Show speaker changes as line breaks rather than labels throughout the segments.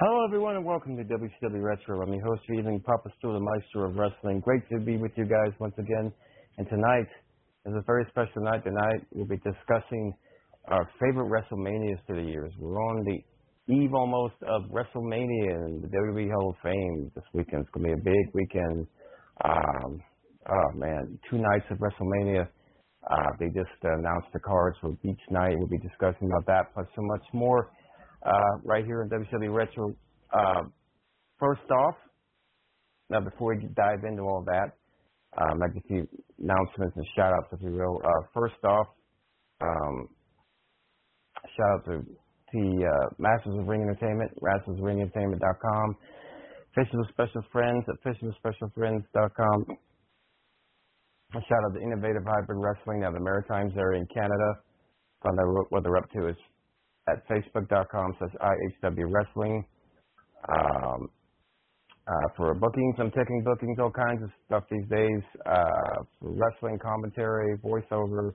Hello, everyone, and welcome to WCW Retro. I'm your host for the evening, Papa Stu, the Meister of Wrestling. Great to be with you guys once again. And tonight is a very special night. Tonight we'll be discussing our favorite WrestleManias through the years. We're on the eve almost of WrestleMania and the WWE Hall of Fame this weekend. It's going to be a big weekend. Um, oh, man, two nights of WrestleMania. Uh, they just announced the cards for each night. We'll be discussing about that, plus so much more uh, right here on WCW Retro. Uh, first off, now before we dive into all that, um, I just few announcements and shout outs, if you will. Uh, first off, um, shout out to the uh, Masters of Ring Entertainment, mastersofringentertainment.com, Official Special Friends, officialspecialfriends.com. A shout out to Innovative Hybrid Wrestling now the Maritimes area in Canada. Find out what they're up to is at facebook.com slash IHW Wrestling. Um, uh, for bookings, I'm taking bookings, all kinds of stuff these days. Uh, for wrestling commentary, voiceover,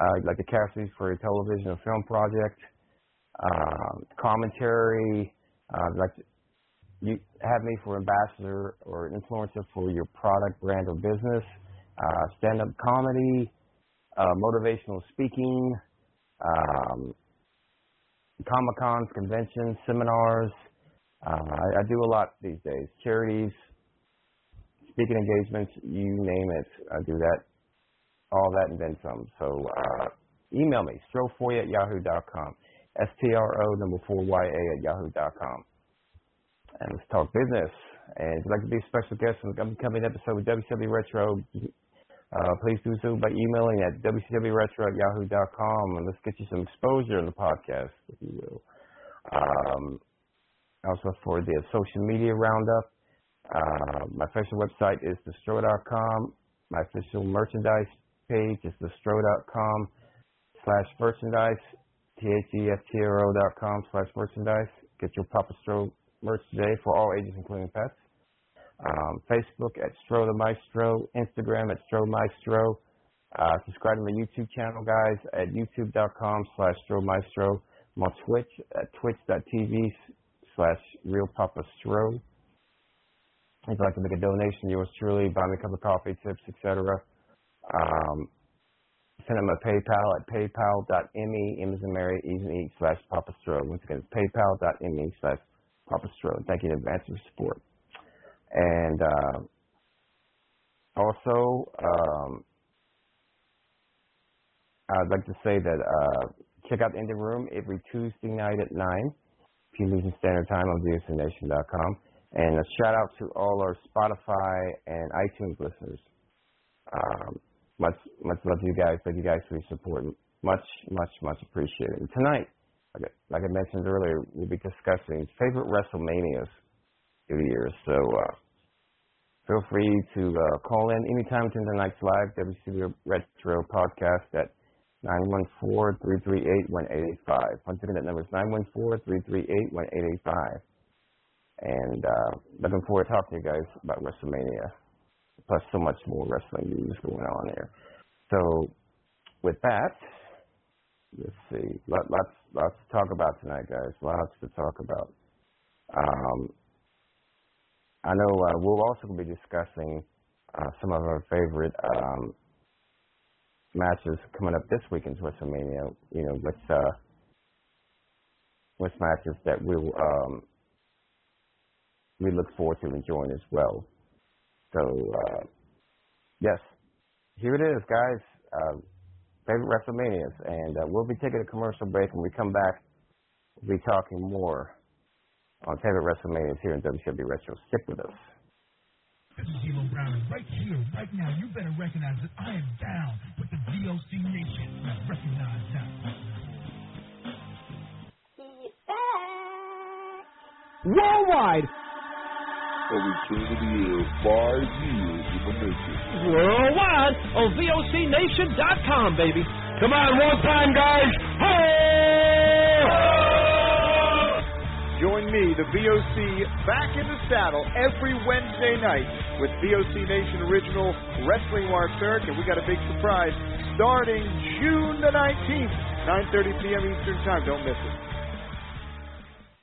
uh, like the Cassidy's for a television or film project, um, commentary, uh, like you have me for ambassador or influencer for your product, brand, or business, uh, stand-up comedy, uh, motivational speaking, um, Comic Cons, conventions, seminars. Uh, I, I do a lot these days. Charities, speaking engagements, you name it. I do that, all that, and then some. So uh, email me, strofoy at yahoo.com, S T R O number 4YA at yahoo.com. And let's talk business. And if you'd like to be a special guest on the upcoming episode of WCW Retro, uh, please do so by emailing at wcwretro at yahoo.com and let's get you some exposure in the podcast, if you will. Um, also, for the social media roundup, uh, my official website is thestro.com. My official merchandise page is thestro.com slash merchandise, E T-H-E-S-T-R-O dot com slash merchandise. Get your Papa Stro merch today for all ages, including pets. Um, Facebook at Stro the Maestro, Instagram at Stro Maestro. Uh, subscribe to my YouTube channel, guys, at youtube.com slash Stro Maestro. I'm on Twitch at twitch.tv slash Real Papa Stro. If you'd like to make a donation, yours truly, buy me a cup of coffee, tips, etc. Um, send them a PayPal at paypal.me, M as in Mary, E as in E, slash Papa Stro. Once again, paypal.me slash Papa Stro. Thank you in advance for your support and uh, also um, I'd like to say that uh, check out In the Room every Tuesday night at 9 p.m. Eastern Standard Time on VSNation.com. And a shout out to all our Spotify and iTunes listeners. Um, much, much love to you guys. Thank you guys for your support. Much, much, much appreciated. And tonight, like I, like I mentioned earlier, we'll be discussing favorite WrestleManias through the years. So uh, feel free to uh, call in anytime to tonight's live WCW Retro podcast at 914 338 1885. Once again, that number is 914 338 1885. And uh, looking forward to talking to you guys about WrestleMania, plus so much more wrestling news going on there. So, with that, let's see. Lot, lots, lots to talk about tonight, guys. Lots to talk about. Um, I know uh, we'll also be discussing uh, some of our favorite um, matches coming up this weekend's WrestleMania. You know, with uh, with matches that we will um, we look forward to enjoying as well. So uh, yes, here it is, guys. Uh, favorite WrestleManias, and uh, we'll be taking a commercial break. When we come back, we'll be talking more on favorite WrestleManias here in WWE Retro. Stick with us.
This is D'Lo Brown, and right here, right now, you better recognize that I am down with the VOC Nation. Now recognize that.
He's back.
Worldwide,
a return to the air five years in the making.
worldwide on VOCNation.com, baby. Come on, one time, guys.
Join me, the VOC, back in the saddle every Wednesday night with VOC Nation original Wrestling Wire Circ, and we got a big surprise starting June the 19th, 9:30 p.m. Eastern Time. Don't miss it.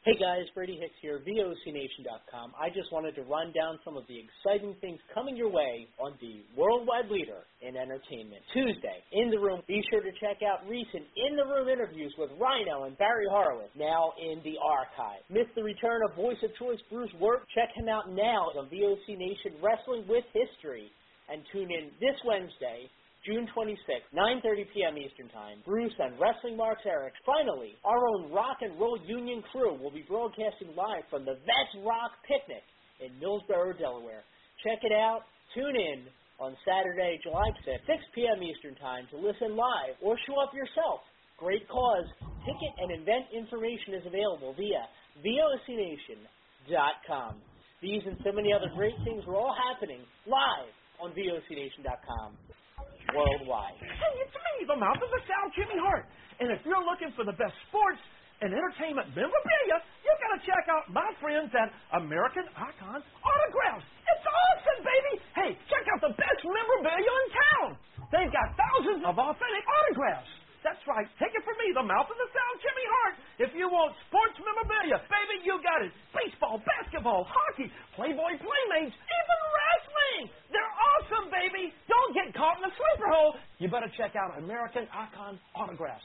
Hey guys, Brady Hicks here, VOCNation.com. I just wanted to run down some of the exciting things coming your way on the worldwide leader in entertainment. Tuesday, in the room, be sure to check out recent in the room interviews with Rhino and Barry Horowitz, now in the archive. Miss the return of voice of choice Bruce Wirt? Check him out now on VOC Nation Wrestling with History and tune in this Wednesday June 26, 9.30 p.m. Eastern Time, Bruce and Wrestling Marks Eric. Finally, our own Rock and Roll Union crew will be broadcasting live from the Vets Rock Picnic in Millsboro, Delaware. Check it out. Tune in on Saturday, July 6, 6 p.m. Eastern Time to listen live or show up yourself. Great cause. Ticket and event information is available via vocnation.com. These and so many other great things are all happening live on vocnation.com worldwide.
Hey, it's me, the mouth of the South, Jimmy Hart. And if you're looking for the best sports and entertainment memorabilia, you gotta check out my friends at American Icon Autographs. It's awesome, baby! Hey, check out the best memorabilia in town. They've got thousands of authentic autographs. That's right. Take it from me, the mouth of the South, Jimmy Hart. If you want sports memorabilia, baby, you got it. Baseball, basketball, hockey, Playboy playmates, even wrestling. They're awesome, baby. Don't get caught in a sleeper hole. You better check out American Icon Autographs.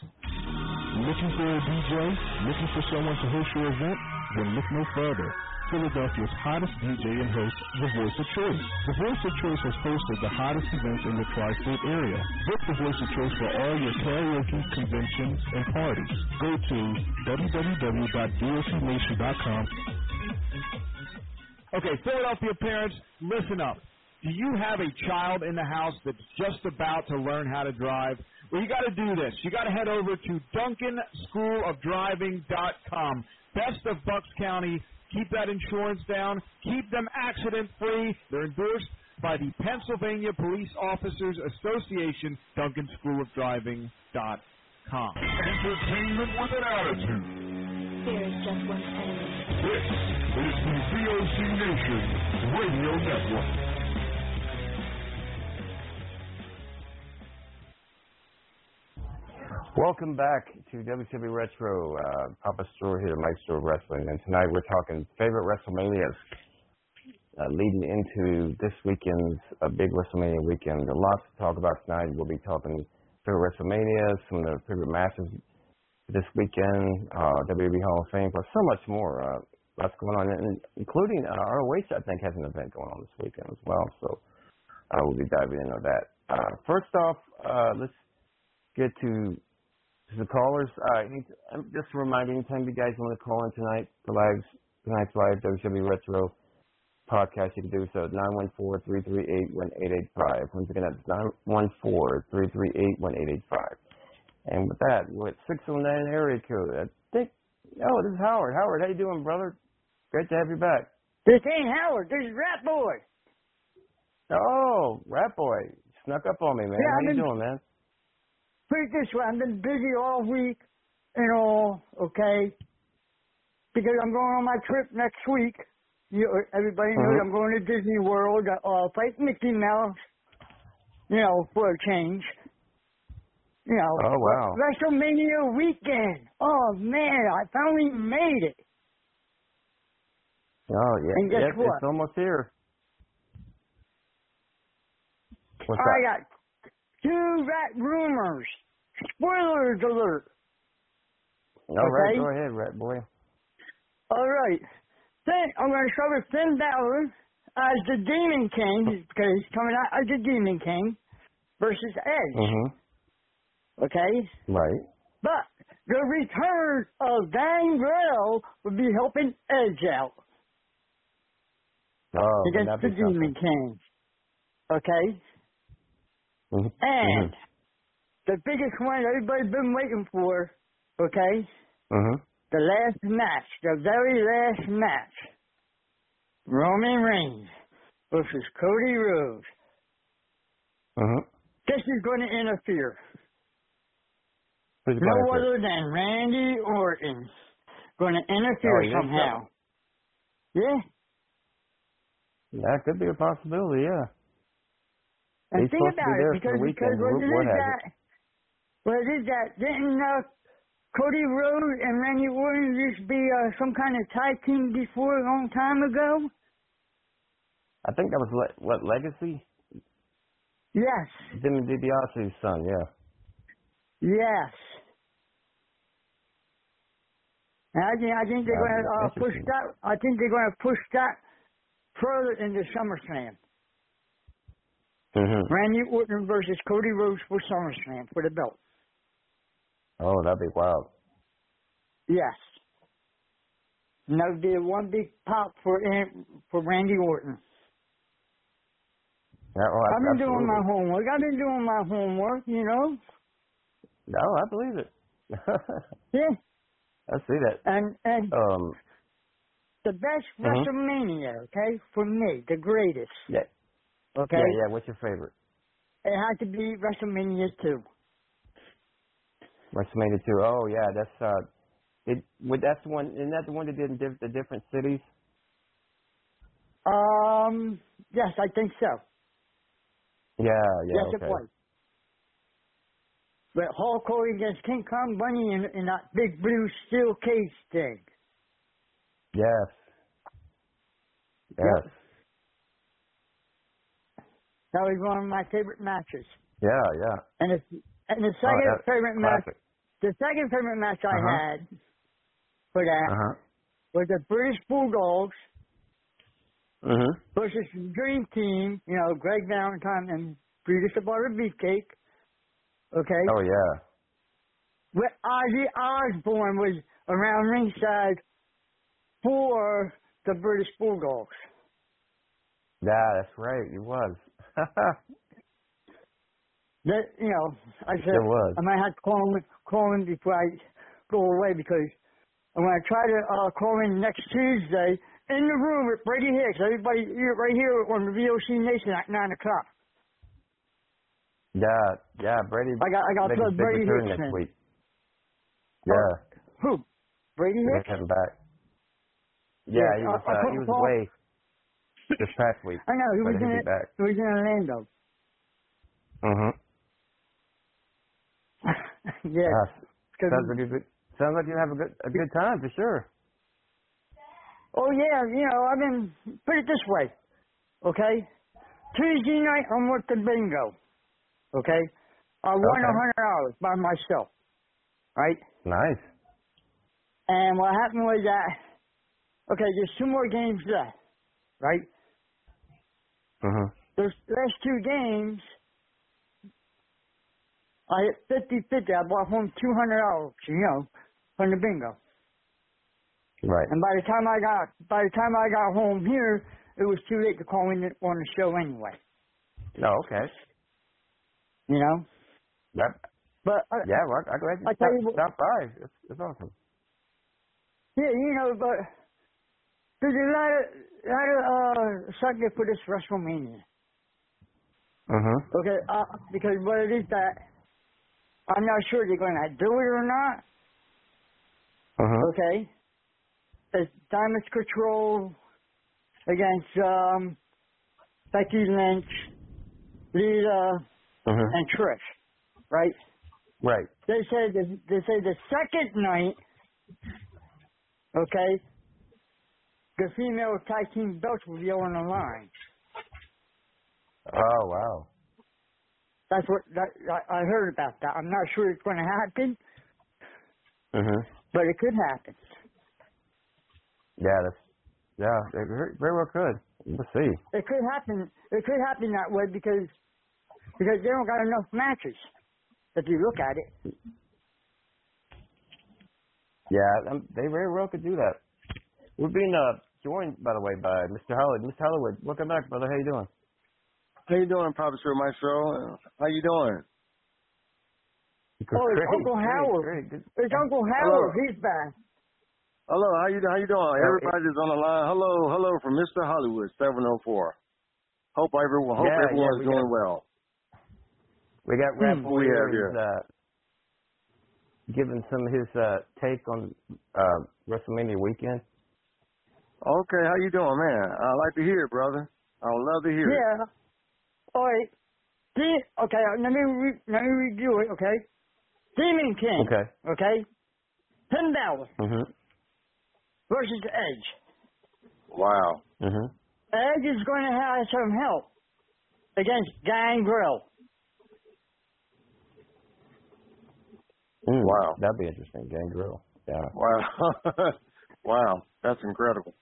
Looking for a DJ? Looking for someone to host your event? Then look no further. Philadelphia's hottest DJ and host, The Voice of Choice. The Voice of Choice has hosted the hottest events in the tri-state area. Book The Voice of Choice for all your karaoke, conventions, and parties. Go to www.vocnation.com.
Okay, Philadelphia parents, listen up. Do you have a child in the house that's just about to learn how to drive? Well, you got to do this. You got to head over to DuncanSchoolOfDriving.com. Best of Bucks County. Keep that insurance down. Keep them accident free. They're endorsed by the Pennsylvania Police Officers Association. DuncanSchoolOfDriving.com.
Entertainment with an attitude.
There is just one enemy.
This is the VOC Nation Radio Network.
Welcome back to WCW Retro. Uh, Papa Store here, Mike Store Wrestling, and tonight we're talking favorite WrestleManias, uh, leading into this weekend's a big WrestleMania weekend. A lot to talk about tonight. We'll be talking favorite WrestleManias, some of the favorite matches this weekend, uh, WWE Hall of Fame, plus so much more. Uh, lots going on, and including uh, ROH. I think has an event going on this weekend as well. So uh, we'll be diving into that. Uh, first off, uh, let's get to to the callers. Uh, any- um, just a reminder, anytime you guys want to call in tonight, the live tonight's live WWE Retro podcast, you can do so at 914-338-1885. Once again, that's 914-338-1885. And with that, we're at 609 area code. I think, oh, this is Howard. Howard, how you doing, brother? Great to have you back.
This ain't Howard. This is Rat Boy.
Oh, Rat Boy, snuck up on me, man.
Yeah,
how
I've
you
been-
doing, man?
Put it this way, I've been busy all week and all, okay? Because I'm going on my trip next week. You, everybody knows
Uh-huh.
I'm going to Disney World. I'll fight Mickey Mouse, you know, for a change. You know.
Oh, wow.
WrestleMania weekend. Oh, man, I finally made it.
Oh yeah.
And guess
Yep,
what?
It's almost here. What's
I
that?
got two rat rumors. Spoilers alert.
All right,
okay.
go ahead, Rat Boy.
All right. Then I'm going to start with Finn Balor as the Demon King because he's coming out as the Demon King versus Edge.
Mm-hmm.
Okay.
Right.
But the return of Gangrel would be helping Edge out
Oh, wouldn't
against
that
the
be something?
Demon King. Okay.
Mhm.
And the biggest one everybody's been waiting for. Okay.
Mhm.
The last match, the very last match. Roman Reigns versus Cody Rhodes.
Mhm.
This is going to interfere.
Who's
no
going
other than Randy Orton going to interfere
Oh, you think
somehow. Yeah.
That could be a possibility. Yeah.
And
He's
think
supposed to
about
be
it
there for
because
the
because
weekend.
what
Root
it
Wood
is
has
that what it is that didn't uh, Cody Rhodes and Randy Orton used to be uh, some kind of tag team before a long time ago?
I think that was Le- what Legacy.
Yes.
Jimmy DiBiase's son. Yeah.
Yes. And I think I think they're going
That'd be
to uh, push
interesting.
that. I think they're going to push that further into SummerSlam.
Mhm.
Randy Orton versus Cody Rhodes for SummerSlam for the belt.
Oh, that'd be wild.
Yes. And that would be one big pop for An- for Randy Orton.
That, oh,
I've been doing my
absolutely.
homework. I've been doing my homework. You know.
No, I believe it. I
Yeah.
see that.
And and
Um.
the best
Mhm.
WrestleMania, okay, for me, the greatest.
Yeah.
Okay.
Yeah, yeah. What's your favorite?
It had to be WrestleMania two.
WrestleMania two. Oh yeah, that's uh, it. Would that's the one? Isn't that the one that did in diff- the different cities?
Um, yes, I think so.
Yeah, yeah.
yes,
okay.
it was. But Hulk Hogan against King Kong Bunny in, in that big blue steel cage thing.
Yes. Yes.
That was one of my favorite matches.
Yeah, yeah.
And it's and the
Oh,
second
that-
favorite match,
classic.
the second favorite match I
Uh-huh.
had for that
Uh huh.
was the British Bulldogs
Mhm.
versus the Dream Team. You know, Greg Valentine and Brutus the Barber Beefcake. Okay.
Oh yeah.
But Ozzy Osbourne was around ringside for the British Bulldogs.
Yeah, that's right. It was.
That you know, I said
There was.
I might have to call him, call him before I go away because I'm gonna try to uh, call him next Tuesday in the room with Brady Hicks. Everybody here- right here on the VOC Nation at nine o'clock.
yeah, yeah. Brady.
I got- I got
made
to
his
plug
big
Brady
return
Hicks
next
in.
week. Yeah.
Who? Brady
They
Hicks.
had him back. Yeah,
Yeah,
he
I-
was.
I
uh, he
couldn't
was
call-
away this past week.
I know he
but
was
he'll
in
be
it.
back.
He was in Orlando.
Mhm.
yeah.
Uh,
Cause-
sounds like you sounds like you have a good a good time for sure.
Oh yeah, you know, I mean, put it this way, okay? Tuesday night I'm with the bingo, okay? I won
Okay.
a hundred dollars by myself, right?
Nice.
And what happened was that, okay, there's two more games left, right?
Mhm.
Those last two games, I hit fifty-fifty. I brought home two hundred dollars, you know, from the bingo.
Right.
And by the time I got by the time I got home here, it was too late to call in on the show anyway.
Oh, okay.
You know.
Yep.
But uh,
Yeah, well, I'm glad you
I
stopped,
tell you what-
stopped by. It's, it's awesome.
yeah, you know, but there's a lot of lot of uh, subject for this WrestleMania.
Mhm.
Okay, uh, because what it is that I'm not sure they're going to do it or not.
Uh-huh.
Okay. It's damage control against um, Becky Lynch, Lita,
Uh-huh.
and Trish, right?
Right.
They say the, they say the second night, okay, the female tag team belts will be on the line.
Oh wow.
That's what that, I I heard about that. I'm not sure it's going to happen,
Uh-huh.
but it could happen.
Yeah, that's yeah, it very, very well could. Let's see.
It could happen. It could happen that way because because they don't got enough matches. If you look at it,
Yeah, um, they very well could do that. We're being uh, joined, by the way, by Mr. Hollywood. Mr. Hollywood, welcome back, brother. How you doing?
How you doing, Papa Sir Maestro? uh, How you doing?
oh, it's
Great,
Uncle
great,
Howard.
great, good-
It's Uncle Howard. He's back.
Hello, how you how you doing?
it-
Everybody's on the line. Hello, hello from Mr. Hollywood, seven oh four. Hope everyone hope
Yeah, yeah,
everyone's
we
doing
got-
well.
We got Rap
Hmm. We have
Warriors uh, giving some of his uh, take on uh, WrestleMania weekend.
Okay, how you doing, man? I'd like to hear it, brother. I would love to hear it.
Yeah. All right. De- okay, uh, let me re- let me review it. Okay. Demon King.
Okay.
Okay. Finn Balor
Mhm.
versus Edge.
Wow.
Mhm.
Edge is going to have some help against Gangrel.
Mm,
Wow.
That'd be interesting. Gangrel. Yeah.
Wow. wow. That's incredible.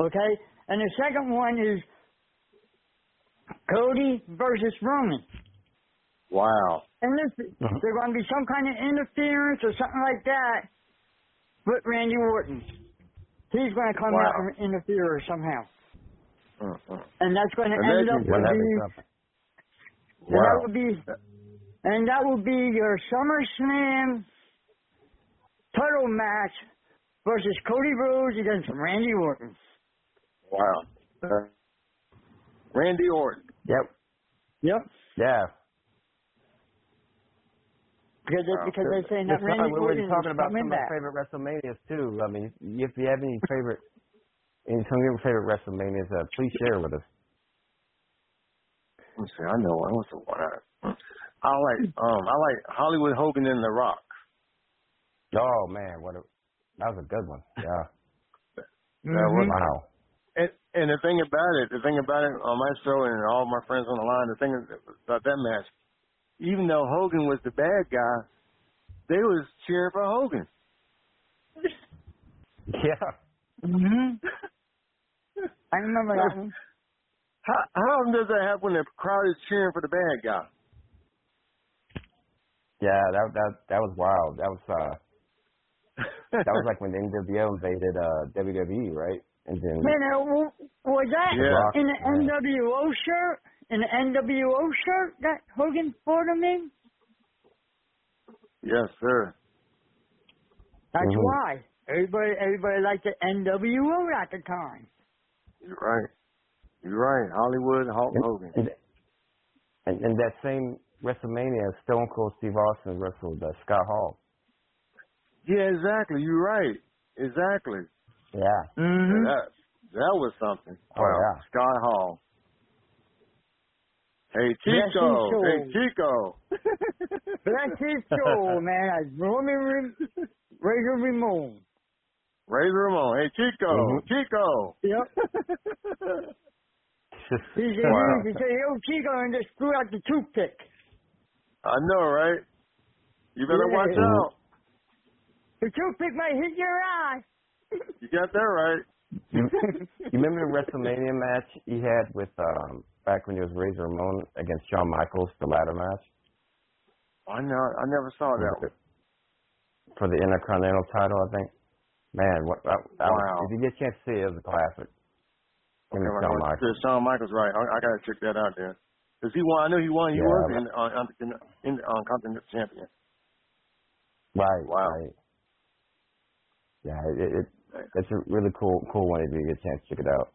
Okay. And the second one is Cody versus Roman.
Wow.
And this,
Mhm.
there's going to be some kind of interference or something like that with Randy Orton. He's going to come
Wow.
out and interfere somehow.
Mm-mm.
And that's going to end
Imagine
up with
When that
the-
is up.
And that
Wow.
would be, and that would be your SummerSlam title match versus Cody Rhodes against Randy Orton.
Wow. Uh, Randy Orton.
Yep.
Yep.
Yeah.
Because they,
Wow.
because they're saying that
Mr.
Randy
Hollywood,
Orton
we're
is
talking about
coming
some of
back.
our favorite WrestleManias too. I mean, if you have any favorite, any some of your favorite WrestleManias, uh, please share with us.
Let me see. I know. I was the one. I, I like. Um. I like Hollywood Hogan and The Rock.
Oh man, what a that was a good one. Yeah.
That
Mm-hmm.
was
Wow.
And, and the thing about it, the thing about it on my show and all my friends on the line, the thing about that match, even though Hogan was the bad guy, they was cheering for Hogan.
Yeah.
hmm I remember that one.
How how often does that happen when the crowd is cheering for the bad guy?
Yeah, that that that was wild. That was uh that was like when the NWO invaded uh WWE, right? And then
Man, uh, w- was that
Yeah.
in the NWO shirt? In the NWO shirt that Hogan bought him in?
yes, sir.
That's
Mm-hmm.
Mhm.
why. Everybody, everybody liked the NWO at the time.
You're right. You're right. Hollywood Hulk Hogan.
and, and and that same WrestleMania, Stone Cold Steve Austin wrestled uh, Scott Hall.
Yeah, exactly. You're right. Exactly.
Yeah.
Mm-hmm.
That that was something.
Oh,
wow.
yeah.
Sky Hall. Hey
Yes,
Chico.
Chico.
Hey Chico.
That's his soul, man. That's Roman Re- Razor Ramon.
Razor Ramon. Hey Chico.
Mhm.
Chico.
Yep. He's going
Wow.
to say, yo, Chico, and just threw out the toothpick.
I know, right? You better
Yeah.
watch
Mhm.
out.
The toothpick might hit your eye.
You got that right.
you, you remember the WrestleMania match he had with um back when he was Razor Ramon against Shawn Michaels, the ladder match?
I know. I never saw that one.
For the Intercontinental title, I think. Man, what that, that
Wow.
was, if you get a chance to see it, it was a classic. Him and
Okay,
Shawn
right.
Michaels.
Shawn Michaels, right? I, I gotta check that out there. Cause he won. I know he won. He
Yeah.
was in on in, in on continent champion.
Right.
Wow.
Right. Yeah, it, it it's a really cool cool one if you get a chance to check it out.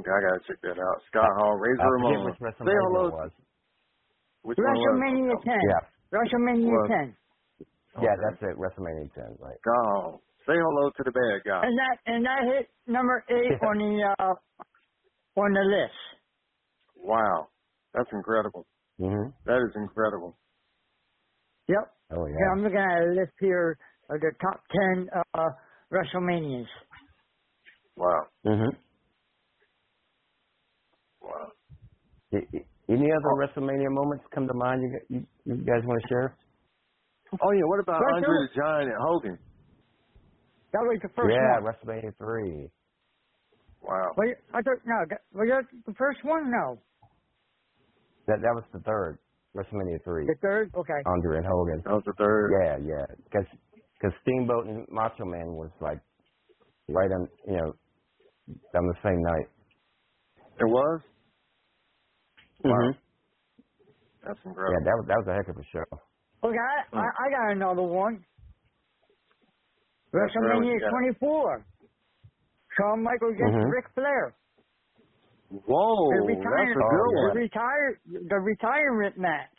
Okay, I gotta check that out. Scott Hall, Razor
I forget
Ramon.
which
Say
WrestleMania
hello.
it was.
Which one was it?
WrestleMania 10.
uh, Yeah.
WrestleMania
Well,
10.
Yeah,
Okay.
that's it. WrestleMania 10. Right.
Go. Say hello to the bad guy.
And that and that hit number eight
uh, Yeah.
on the uh, on the list.
Wow. That's incredible.
Mm-hmm.
That is incredible.
Yep.
Oh
Yeah, I'm looking at a list here of the top ten uh, WrestleManias.
Wow.
Mm-hmm.
Wow.
Any other
Oh.
WrestleMania moments come to mind? You you, you guys want to share?
Oh yeah, what about
Right
Andre the Giant at Hogan?
That was the first
yeah,
one.
WrestleMania three.
Wow.
Was, I thought no, that- was that the first one? No,
That that was the third WrestleMania three.
the third. Okay.
Andre and Hogan.
That was the third.
Yeah, yeah. Because Steamboat and Macho Man was like right on, you know, on the same night.
It was? Mm-hmm.
Wow.
That's
Yeah,
incredible.
that was that was a heck of a show.
Okay, I, I, I got another one.
That's really
WrestleMania
good.
24. Shawn Michaels against
Mhm.
Ric Flair.
Whoa,
The
that's a
retirement,
good
Oh,
the, retire, the retirement match.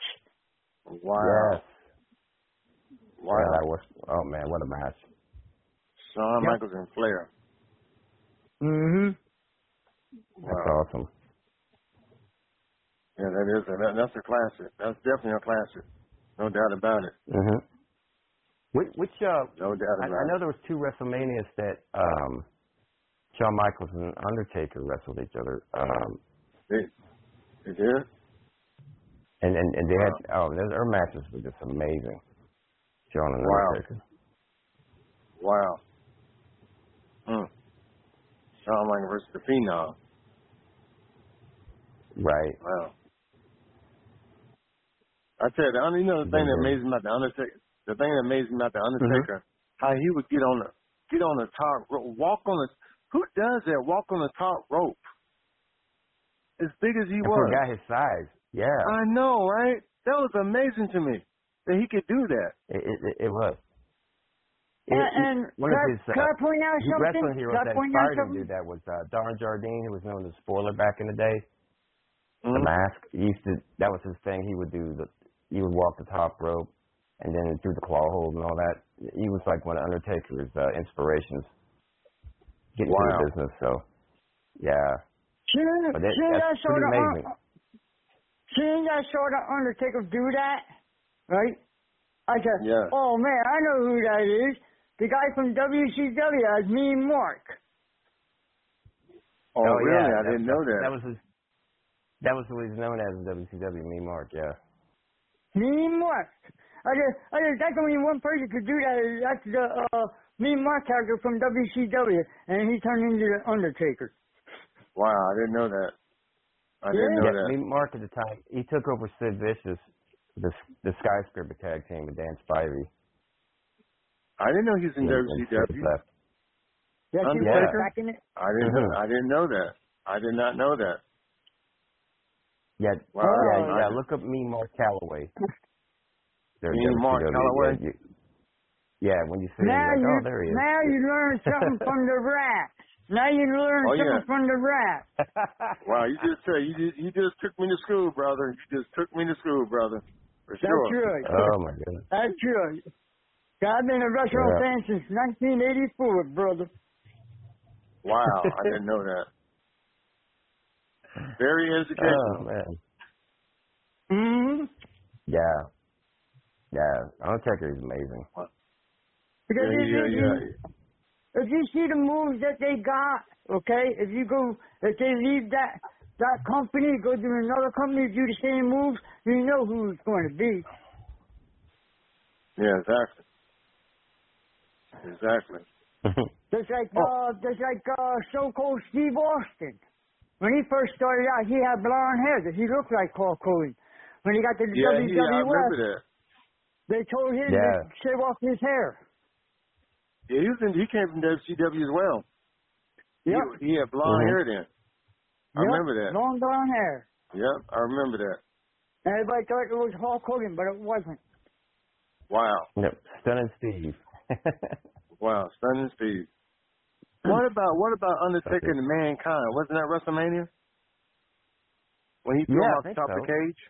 one. Wow.
Yes.
Wow.
Yeah, that was. Oh man, what a match.
Shawn
Yep.
Michaels and Flair.
Mm-hmm.
That's
Wow.
awesome.
Yeah, that is a, that, that's a classic. That's definitely a classic. No doubt about it.
Mm-hmm.
Mhm. Which which uh,
No doubt
I,
about
I know
it.
there was two WrestleManias that um, Shawn Michaels and Undertaker wrestled each other. Um,
They did?
and and and they had oh, their, their matches were just amazing. Shawn and
Wow.
Undertaker.
Wow. Hmm. Shawn Michaels versus the Phenom.
Right.
Wow. I tell you, the only another thing that
Mhm.
amazed me about the Undertaker, the thing that amazed me about the
Mm-hmm.
Undertaker, how he would get on the get on the top rope, walk on the. Who does that? Walk on the top rope. As big as he
And for
was,
a guy his size. Yeah.
I know, right? That was amazing to me that he could do that.
It, it, it- it was.
And,
It- it-
and
one
can,
of
I-
his uh,
can I point out
he-
something?
wrestling heroes
Can I
that
point out
inspired him to
something?
do that was uh, Don Jardine, who was known as Spoiler back in the day. The
Mhm.
mask. He used to. That was his thing. He would do the. He would walk the top rope, and then through the claw hold and all that. He was like one of Undertaker's uh, inspirations. Getting into
Wow.
the business, so yeah.
Seeing,
But that-
seeing
that's
I saw
pretty
the Un-
amazing.
seeing I saw the Undertaker do that, right? I said,
Yeah.
"Oh man, I know who that is. The guy from WCW, as me and Mark."
Oh, really?
yeah,
I didn't know that.
That was his. That was what he's known as in WCW. Me, Mark. Yeah.
Me and Mark. I just, I just, that's only one person could do that. is That's the uh, me and Mark character from WCW, and he turned into the Undertaker.
wow, I didn't know that. I didn't
Yeah.
know
yeah,
that.
I mean, Mark at the time, he took over Sid Vicious, the the skyscraper tag team with Dan Spivey.
I didn't know he was in
And- and Sid
WCW.
left.
Yes,
Oh,
he was
Undertaker?
back in it.
I didn't.
Mhm.
I didn't know that. I did not know that.
Yeah,
Wow.
yeah,
I-
yeah. Look up me, Mark Calloway. There,
Me, Mark
WCW,
Calloway?
Yeah, you- yeah, when you see him,
Now
you're like,
you,
oh, there he is.
now you learn something from the rap. Now you learn
Oh, yeah.
something from the rap.
Wow, you just uh, you just, you just took me to school, brother. You just took me to school, brother. For
That's
sure.
right.
oh my goodness.
That's true. I've been a wrestling
Yeah.
fan since 1984, brother.
Wow, I didn't know that. Very
Oh
educational.
man.
Mm-hmm.
Yeah. Yeah, Undertaker is amazing.
Because
yeah,
if,
yeah,
you,
yeah.
if you see the moves that they got, okay, if you go, if they leave that that company, go to another company, do the same moves, you know who it's going to be.
Yeah, exactly. Exactly.
Just like
Oh.
uh, just like uh, so-called Steve Austin. When he first started out, he had blonde hair. that He looked like Hulk Hogan. When he got to the
Yeah,
WWF,
yeah, I remember that.
they told him
Yeah.
to shave off his hair.
Yeah, he was in, he came from WCW as well.
Yep.
He, he had blonde
Mhm.
hair then. I
Yep,
remember that.
Long blonde hair.
Yep, I remember that.
Everybody thought it was Hulk Hogan, but it wasn't.
Wow,
Yep, stunning Steve.
wow, stunning speed. What about what about Undertaker and Mankind? Wasn't that WrestleMania? When he threw
Yeah,
him
I
off the
think
top of
so.
the cage.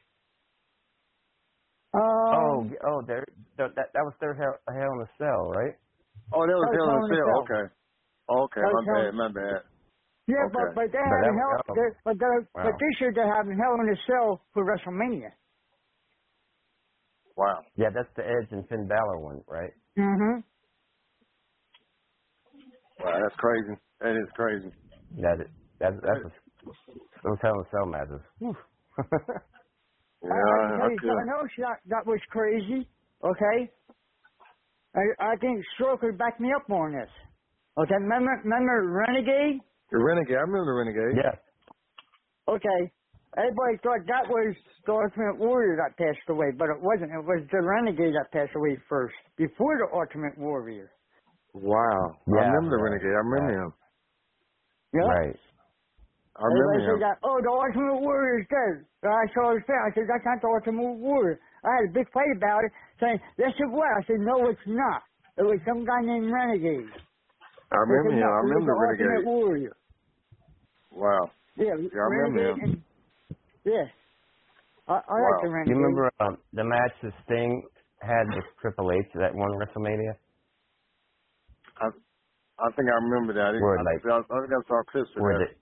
Um,
oh, g- oh, there. That that that was their hell, hell in a cell, right?
Oh, that was Hell
That was
in a
Hell in a
Cell.
Cell.
Okay. Okay,
That
my
was Hell
bad,
in-
my bad.
Yeah,
Okay.
but but they're
No, that
having
was
hell.
awesome.
They're, but they're,
Wow.
but this year they're having hell in a cell for WrestleMania.
Wow.
Yeah, that's the Edge and Finn Balor one, right?
Mm-hmm.
Wow, that's crazy. That is crazy.
That is, that that's a, those Hell in a Cell matches. Whew.
Yeah,
I, I can tell you
okay.
something else that that was crazy. Okay. I I think Stroke would back me up on this. Okay, remember remember Renegade?
The Renegade. I remember the Renegade.
Yeah.
Okay. Everybody thought that was the Ultimate Warrior that passed away, but it wasn't. It was the Renegade that passed away first, before the Ultimate Warrior.
Wow. I
Yeah,
remember the
right,
Renegade. I remember him.
Yeah.
Right.
I remember
Everybody
him.
said that, oh, the Ultimate Warrior is dead. And I saw his face. I said, that's not the Ultimate Warrior. I had a big fight about it, saying, yes, it was. I said, no, it's not. It was some guy named Renegade.
I
They said,
remember him.
"No, it
I
was the
remember the
Ultimate
Renegade.
Warrior.
Wow.
Yeah,
Yeah, I remember
Renegade and-
him.
yeah. I, I like
Wow.
the
Do
Renegade.
you remember um, the match that Sting had with Triple H at that one WrestleMania?
I think I remember that. I,
Word,
I,
like-
think I, I think I saw a picture.
Where
of
the
that.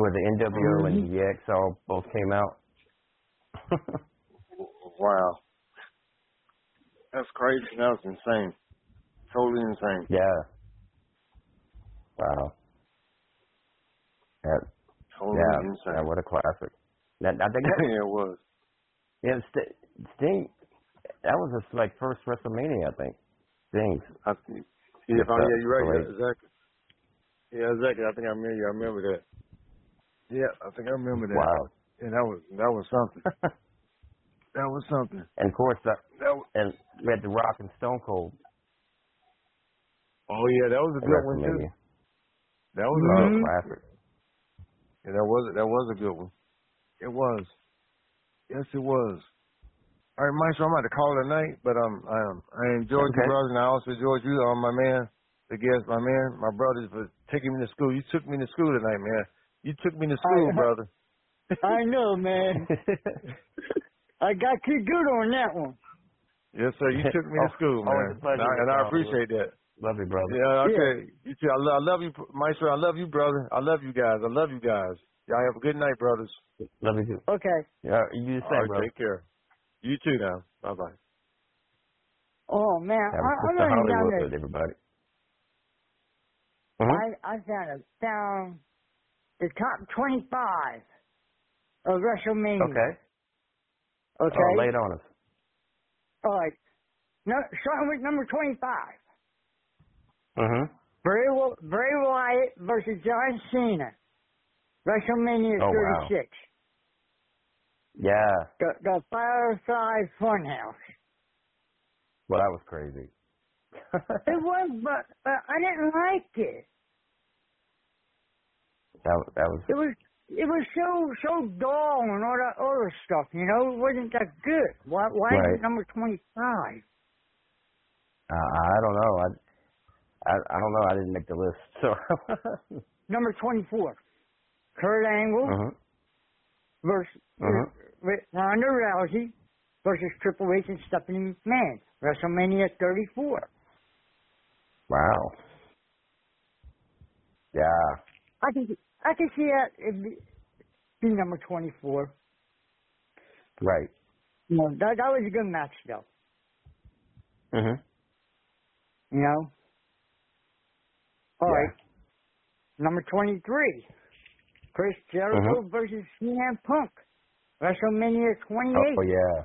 where the NWO and
Mm-hmm.
DX all both came out.
Wow. That's crazy. That was insane. Totally insane.
yeah. Wow. That
Totally
yeah, yeah,
insane.
what a classic. That I think that,
yeah, it was.
yeah, St- Sting that was his like first WrestleMania, I think. uh, Sting's.
I, think- yeah, if I,
Yeah,
yeah, you're right.
right.
Yeah, exactly. Yeah, exactly. I think I remember you. I remember that. Yeah, I think I remember that.
Wow.
Yeah, that was that was something. that was something.
and of course, that,
That was,
and we had the Rock and Stone Cold
oh yeah, that was a
at
good one too.
WrestleMania.
That was
What
a
a
good one.
classic.
Yeah, that was that was a good one. It was. Yes, it was. All right, Maestro, I'm about to call it a night, but um, I um, I enjoyed
Okay.
you, brother, and I also enjoyed you, um, my man, the guest, my man, my brothers, for taking me to school. You took me to school tonight, man. You took me to school,
I-
brother.
I know, man. I got you good on that one.
Yes, sir. You took me to
Oh,
school,
always
man.
a pleasure
and I,
to
and I
talk to you.
appreciate that.
Oh, Love you, brother.
Yeah, okay. You too. I, lo- I love you, Maestro. I love you, brother. I love you guys. I love you guys. Y'all have a good night, brothers.
Love you too.
Okay.
Yeah, you the
All
same,
right,
brother.
take care. You too, now. Bye bye.
Oh man, I,
That
I
was Mr.
learned down
Hollywood,
there.
everybody. Mhm.
I I found a found the top twenty five of WrestleMania.
Okay.
Okay.
Oh, lay it on us.
All right. No, starting with number twenty five.
Mm-hmm.
Bray, Wy- Bray Wyatt versus John Cena. WrestleMania
Oh, wow.
thirty six.
Yeah.
The the Firefly Funhouse.
Well, that was crazy.
It was, but, but I didn't like it.
that was- that was
It was it was so so dull and all that other stuff. You know, it wasn't that good. Why why is
Right.
it number twenty five?
I, Uh, I don't know. I, I I don't know. I didn't make the list. So.
Number 24, Kurt Angle
Mhm.
versus
Mhm.
R- Ronda Rousey versus Triple H and Stephanie McMahon, WrestleMania 34.
Wow. Yeah.
I can I can see that it'd be, be number 24.
Right.
You know, that that was a good match though.
Mhm.
You know. All
Yeah.
right, number 23, Chris Jericho versus CM Punk, WrestleMania 28.
Mm-hmm. Oh yeah.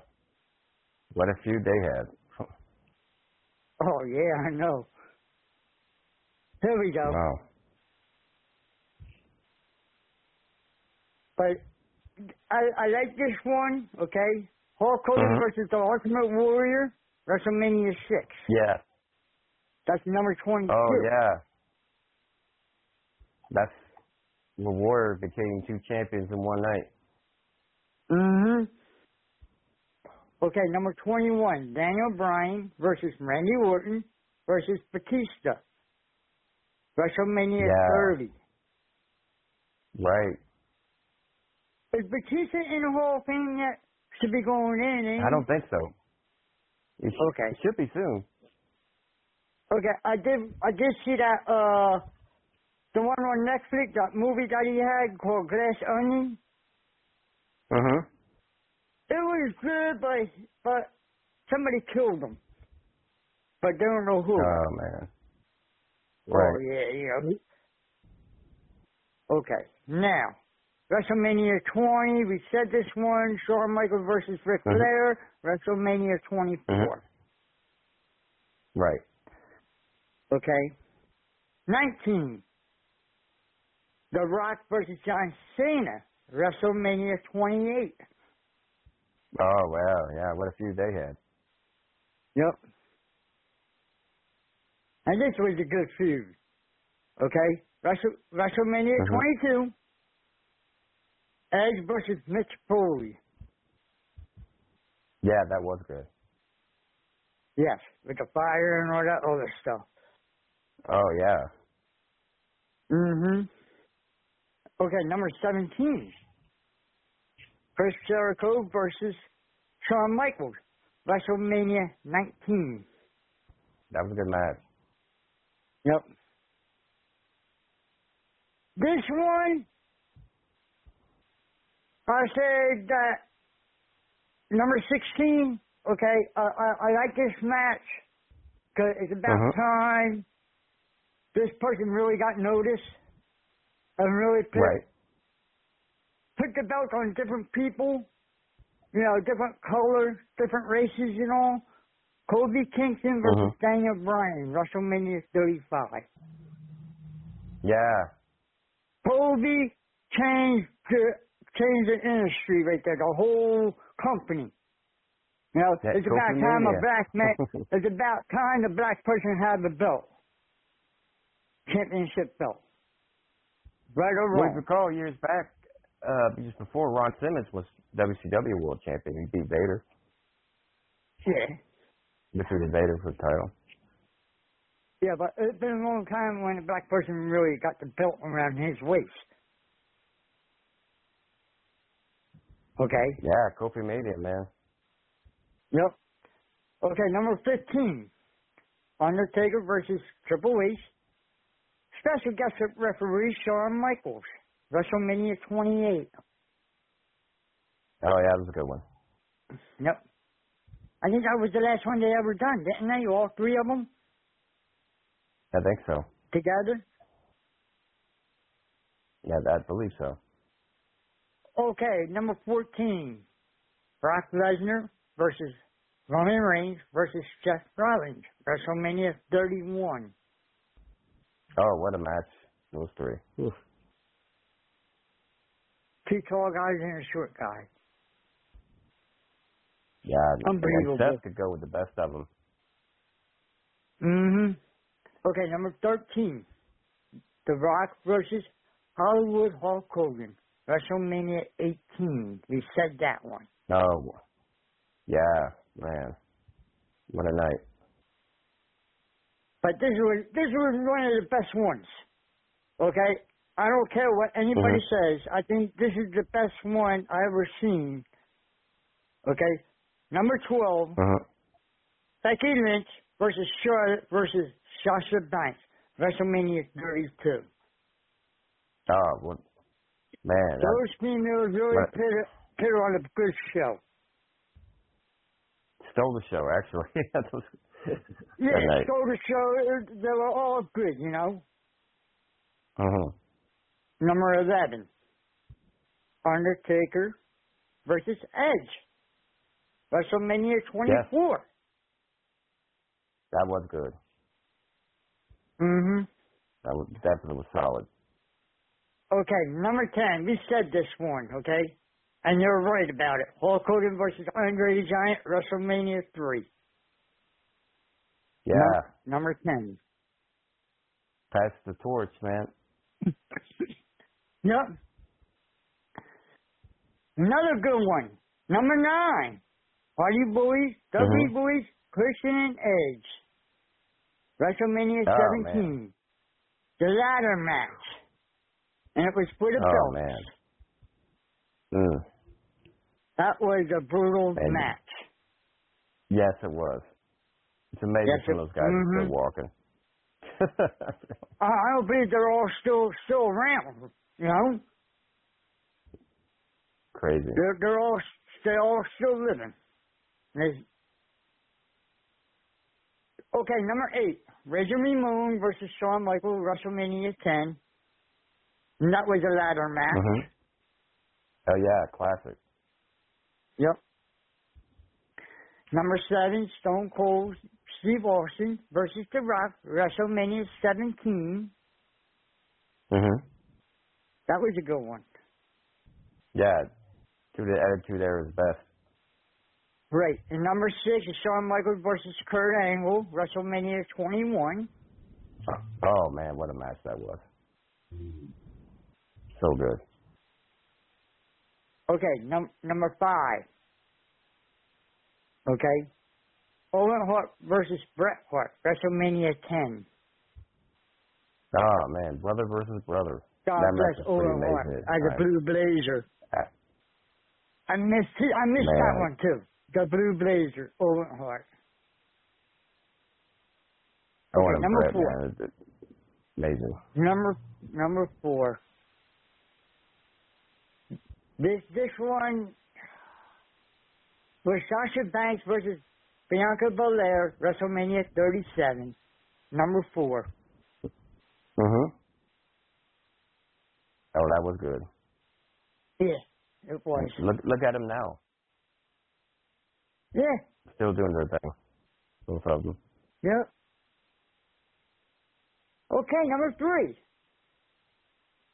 What a feud they had.
Oh, yeah, I know. Here we go.
Wow.
But I, I like this one, okay? Hulk Hogan
Mhm.
versus the Ultimate Warrior, WrestleMania 6.
Yeah.
That's number 22.
Oh yeah. That's the Warrior became two champions in one night.
Mm-hmm. Okay, number 21, Daniel Bryan versus Randy Orton versus Batista, WrestleMania
Yeah.
30.
Right.
Is Batista in the Hall of Fame yet? should be going in. Ain't
I don't think so. It sh-
Mm-hmm. okay.
Should be soon.
Okay, I did. I did see that. Uh, the one on Netflix, that movie that he had called Glass Onion.
Uh huh.
It was good, but but somebody killed him. But they don't know who.
Oh man.
Oh
Right.
yeah, yeah. Okay, now WrestleMania 20. We said this one: Shawn Michaels versus Ric
Mhm.
Flair. WrestleMania 24.
Mhm. Right.
Okay. 19. The Rock versus John Cena, WrestleMania 28.
Oh wow. Yeah. What a few they had.
Yep. And this was a good feud. Okay? Wrestle, WrestleMania
Mhm.
22. Edge versus Mitch Foley.
Yeah, that was good.
Yes, with the fire and all that other stuff.
Oh yeah.
Mm-hmm. Okay, number 17. Chris Jericho versus Shawn Michaels, WrestleMania 19.
That was a good match.
Yep. This one, I said that number 16, okay, I, I, I like this match because it's about
Uh-huh.
time. This person really got noticed and really put,
Right.
put the belt on different people, you know, different colors, different races and all. Kobe Kingston
Uh-huh.
versus Daniel Bryan, WrestleMania 35.
Yeah.
Kobe changed the changed the industry right there, the whole company. You know,
That
it's about
Kofi
time
Mania.
a black man. it's about time the black person had the belt, championship belt. Right or
Well, if
wrong?
you recall years back, uh, just before Ron Simmons was WCW World Champion, he beat Vader,
Yeah,
defeated Vader for the title.
yeah, but it's been a long time when a black person really got the belt around his waist. Okay.
Yeah, Kofi Mania, man.
Yep. Okay, number 15. Undertaker versus Triple H. Special guest referee Shawn Michaels. WrestleMania 28.
Oh yeah, that was a good one.
Yep. I think that was the last one they ever done, didn't they? All three of them
I think so.
together?
Yeah, I believe so.
Okay, number 14. Brock Lesnar versus Roman Reigns versus Jeff Rollins. WrestleMania 31.
Oh, what a match! Those three. Oof.
Two tall guys and a short guy.
Yeah, I mean,
Unbelievable.
Seth could go with the best of them.
hmm Okay, number 13. The Rock versus Hollywood Hulk Hogan. WrestleMania 18. We said that one.
Oh, yeah, man, what a night!
But this was, this was one of the best ones. Okay? I don't care what anybody
Mhm.
says. I think this is the best one I ever seen. Okay? Number 12.
Uh-huh.
Becky Lynch versus Charlotte versus Sasha Banks. WrestleMania 32.
Oh, what, man, that-
Those females really
Right.
put, it- put it on a good show.
stole the show actually. That was-
Yeah,
that night.
so the show, they were all good, you know.
Uh-huh.
Number 11, Undertaker versus Edge, WrestleMania 24.
That was good.
hmm
That was definitely was solid.
Okay, number 10, we said this one, okay? And you're right about it. Hulk Hogan versus Andre the Giant, WrestleMania 3.
Yeah,
Number 10.
pass the torch, man.
Yep. Another good one. Number 9, Hardy Boys, Dudley
Mhm.
Boys, Christian and Edge. WrestleMania
Oh,
17. The ladder match. And it was for the
oh
belt.
man. Mm.
That was a brutal
And-
match.
Yes, it was. It's amazing
Yes,
some
it-
of those guys are
mhm.
still walking.
I, I don't believe they're all still still around. You know,
Crazy.
they're they're all they're all still living. They- okay, number eight, Reggie Moon versus Shawn Michaels, WrestleMania ten. And that was a ladder match.
Mhm. Oh yeah, classic.
Yep. Number seven, Stone Cold Steve Austin versus The Rock, WrestleMania 17. Mm-hmm.
Mhm.
That was a good one.
Yeah. To the attitude era is best.
Great. And number six is Shawn Michaels versus Kurt Angle, WrestleMania 21.
Oh man, what a match that was. So good.
Okay, num- number five. Okay. Owen Hart versus Bret Hart, WrestleMania 10.
Oh man, brother versus brother.
God
that match
bless
was pretty
Owen Hart
amazing.
as a blue blazer.
I,
I missed it. I missed
Man.
that one too. The Blue Blazer, Owen Hart.
I want to
number
Brett,
four.
man. It- it- Amazing.
Number number four. This this one was Sasha Banks versus Bianca Belair, WrestleMania 37. Number four.
Mhm. Oh, that was good.
Yeah, it was.
Look, look at him now,
Yeah,
still doing their thing. No problem.
yep. Okay, number three.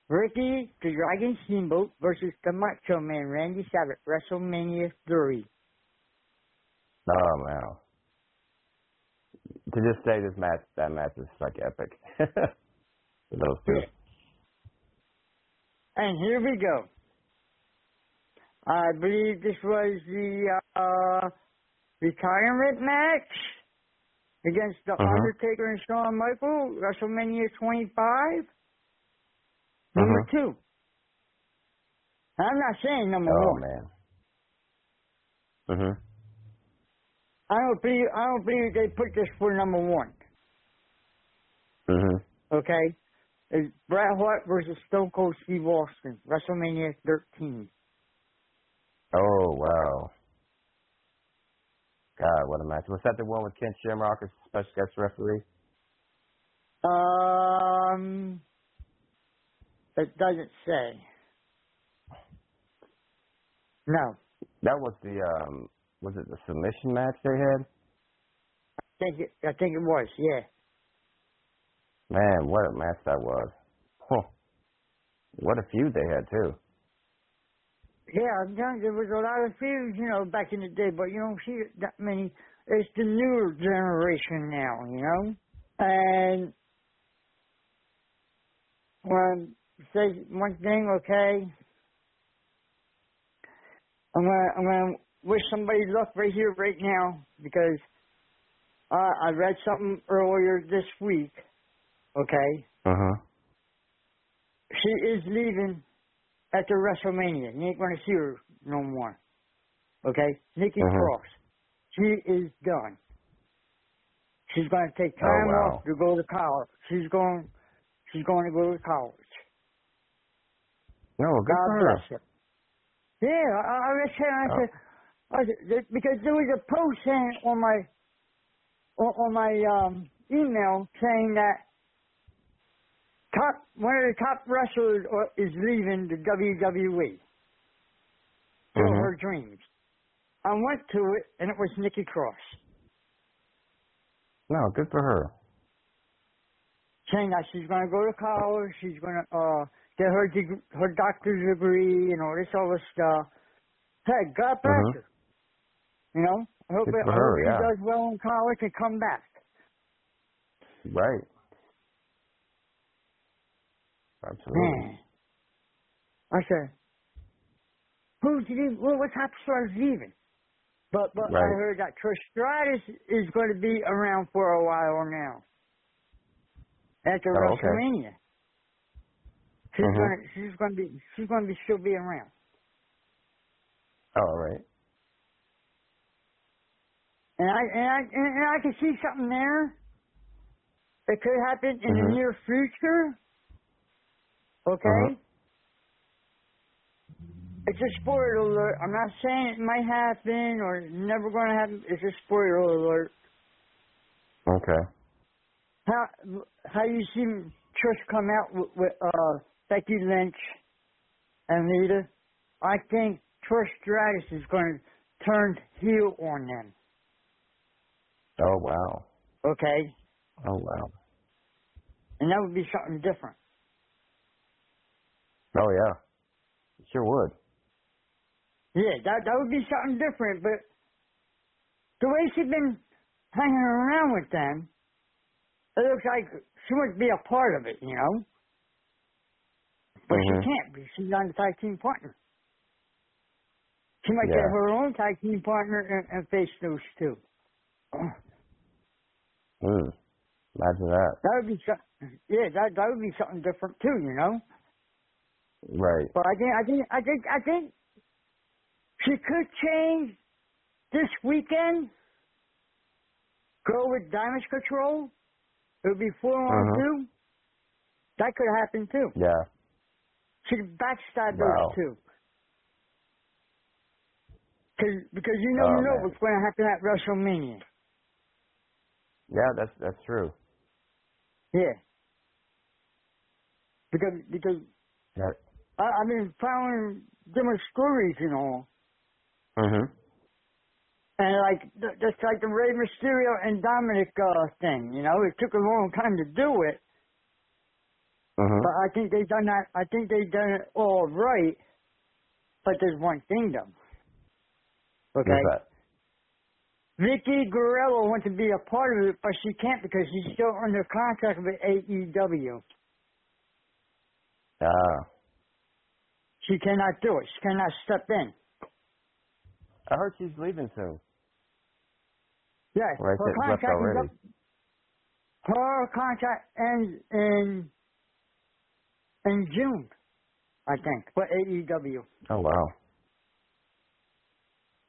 Ricky the Dragon Steamboat versus the Macho Man Randy Savage, WrestleMania 3.
Oh man. To just say this match, that match is like epic. For those two.
And here we go. I believe this was the uh, retirement match against The
Mhm.
Undertaker and Shawn Michaels, WrestleMania 25. Number
Mhm.
two. I'm not saying number
Oh
one.
man. Mhm.
I don't believe I don't believe they put this for number one.
Mhm.
Okay, it's Bret Hart versus Stone Cold Steve Austin, WrestleMania 13.
Oh wow. God, what a match! Was that the one with Ken Shamrock as special guest referee?
Um, it doesn't say. No,
That was the um, was it the submission match they had?
I think it, I think it was. Yeah,
Man, what a match that was! Huh. What a feud they had too.
yeah. I'm telling you, there was a lot of feuds, you know, back in the day, but you don't see that many. It's the newer generation now, you know, and when say one thing, okay. I'm gonna I'm gonna wish somebody luck right here, right now, because uh, I read something earlier this week. Okay,
Uh huh.
she is leaving after WrestleMania. You ain't gonna see her no more. Okay, Nikki
Mhm.
Cross, she is done. She's gonna take
Oh,
time
wow.
off to go to college. She's going, she's going to go to college.
No, good
God
for her.
bless her. Yeah, I, I was saying, I
Oh.
said, I said, th- because there was a post saying on my on, on my um, email saying that top one of the top wrestlers are- is leaving the E. WWE. Kill
Mhm.
Oh, her dreams. I went to it and it was Nikki Cross
No, good for her.
saying that she's going to go to college, she's going to uh, get her deg- her doctor's degree and all this other stuff. Hey, God bless
Mhm.
her. You know, I hope,
Good
I
for
hope
her,
she
yeah.
does well in college and come back.
Right. Absolutely.
Man, I said, who's leaving? Well, what top star's leaving? But but I
Right.
heard that Trish Stratus is going to be around for a while now. After
Oh, okay.
WrestleMania, she's
Mhm.
going to she's going to be she's going to be she'll be around.
Oh, all right.
And I and I and and I can see something there that could happen in
Mhm.
the near future. Okay.
Uh-huh.
It's a spoiler alert. I'm not saying it might happen or never going to happen. It's a spoiler alert.
Okay.
How how you seen Trish come out with, with uh, Becky Lynch and Lita? I think Trish Stratus is going to turn heel on them.
Oh wow.
Okay,
Oh wow.
and that would be something different.
Oh yeah. It sure would.
Yeah, that that would be something different. But the way she's been hanging around with them, it looks like she wouldn't be a part of it, you know. But
Mhm.
she can't because she's not a tag team partner. She might
Yeah.
get her own tag team partner and, and face those two.
Mm. Imagine that.
That would be so- yeah, that that would be something different too, you know.
Right.
But I think I think I think I think she could change this weekend. Go with damage control. It would be four on
Mhm.
two. That could happen too.
Yeah.
She could backstab
Wow.
those two. Cause, because you never
Oh,
know
man.
what's going to happen at WrestleMania.
Yeah, that's that's true.
Yeah. Because because
That
I, I've been following different stories and all.
mhm.
And like th- that's like the Rey Mysterio and Dominic uh, thing, you know. It took a long time to do it,
Mhm.
but I think they done that. I think they done it all right. But there's one thing though.
What's
Okay.
that?
Vicky Guerrero wants to be a part of it, but she can't because she's still under contract with E AEW.
Ah.
She cannot do it. She cannot step in.
I heard she's leaving soon.
Yeah,
Right,
her
that's left
contract is
already.
up. Her contract ends in in June, I think, E for AEW.
Oh wow.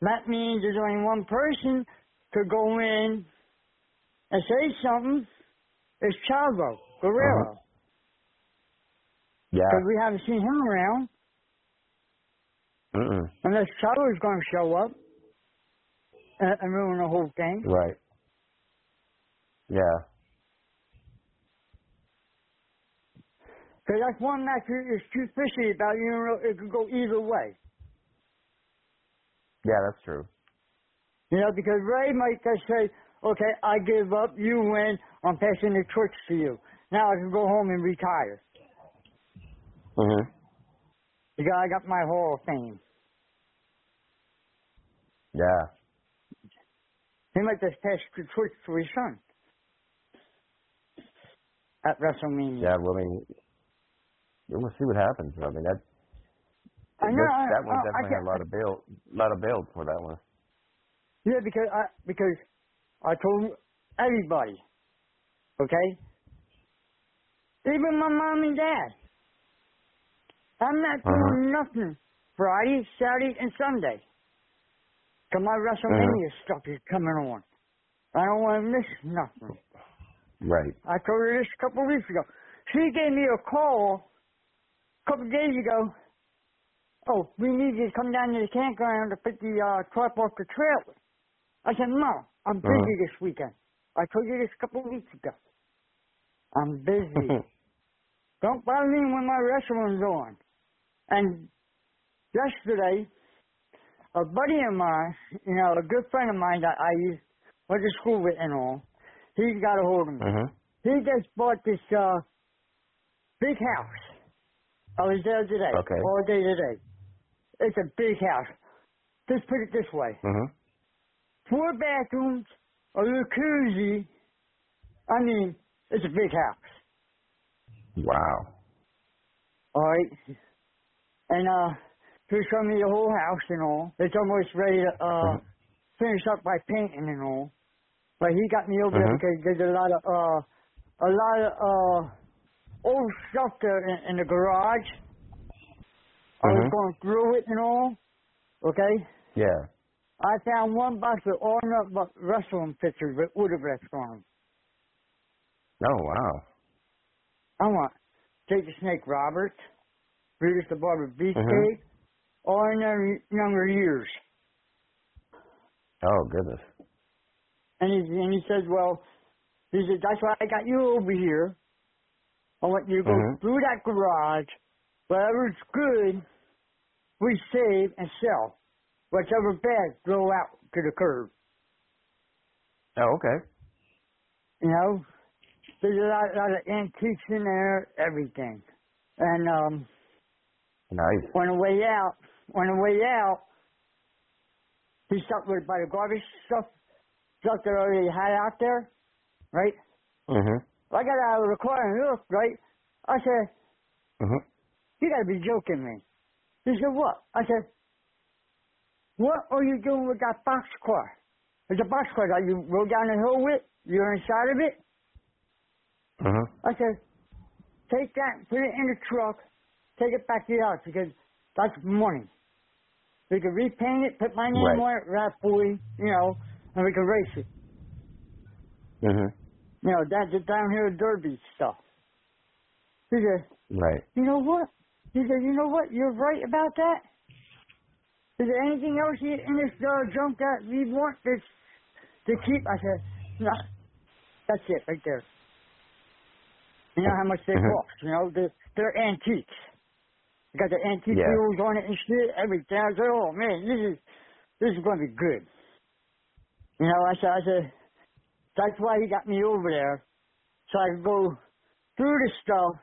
That means there's only one person could go in and say something. It's Chavo Guerrero.
Uh-huh. Yeah.
Because we haven't seen him around
Mm.
unless Chavo's going to show up and, and ruin the whole thing.
Right. Yeah.
Because that's one match it's too fishy about, you know, it could go either way.
Yeah, that's true.
You know, because Ray might just say, okay, I give up, you win, I'm passing the torch to you. Now I can go home and retire.
Mhm.
Because I got my Hall of Fame.
Yeah.
He might just pass the torch to his son at WrestleMania.
Yeah, well I mean we'll see what happens. I mean that
I know.
that, that
I,
one
I, Oh, I
definitely had
can't-
a lot of build lot of build for that one.
Yeah, because I because I told everybody, okay, even my mom and dad. I'm not
Uh-huh.
doing nothing Friday, Saturday, and Sunday. 'Cause my WrestleMania
Uh-huh.
stuff is coming on. I don't want to miss nothing.
Right.
I told her this a couple of weeks ago. She gave me a call a couple of days ago. Oh, we need you to come down to the campground to put the uh, tarp off the trailer. I said, Mom, I'm busy
Uh-huh.
this weekend. I told you this a couple of weeks ago. I'm busy. Don't bother me when my restaurant's on. And yesterday, a buddy of mine, you know, a good friend of mine that I used, went to school with and all, he got a hold of me.
mhm.
He just bought this uh big house. I was there today.
Okay.
All day today. It's a big house. Just put it this way.
Mhm.
Four bathrooms, a jacuzzi. I mean, it's a big house.
Wow.
All right. And uh he showed me the whole house and all. It's almost ready to uh finish up by painting and all. But he got me over there
Mhm.
because there's a lot of uh a lot of uh old stuff there in, in the garage. I was
Mhm.
Oh, going through it and all. Okay.
Yeah.
I found one box with all enough but wrestling pictures with autographs on 'em.
Oh wow.
I want Jake the Snake Roberts, Brutus the Barber Beefcake,
Mhm.
all in their younger years.
Oh goodness.
And he and he says, well, he said that's why I got you over here. I want you to go
Mhm.
through that garage, whatever's good, we save and sell. Whatever bad, throw out to the curb.
Oh okay.
You know, there's a lot, lot of antiques in there, everything. And um,
Nice.
on the way out, on the way out, he stopped with by the garbage stuff stuff that already had out there, right?
Mhm.
I got out of the car and looked, right? I said,
Mhm.
You gotta be joking me. He said, What? I said, What are you doing with that box car? It's a box car that you rode down the hill with, you're inside of it.
Mhm.
I said, Take that, put it in the truck, take it back to the house because that's money. We can repaint it, put my name
Right.
on it, rap boy, you know, and we can race it.
Mhm.
You know, that's the downhill derby stuff. He said,
Right.
you know what? He said, you know what? You're right about that. Is there anything else you- in this uh, junk that we want to, to keep? I said, no. That's it right there. You know how much they
Mhm.
cost. You know, they're, they're antiques. They got the antique
Yeah.
wheels on it and shit, everything. I said, oh man, this is this is going to be good. You know, I said, I said, that's why he got me over there, so I could go through the stuff,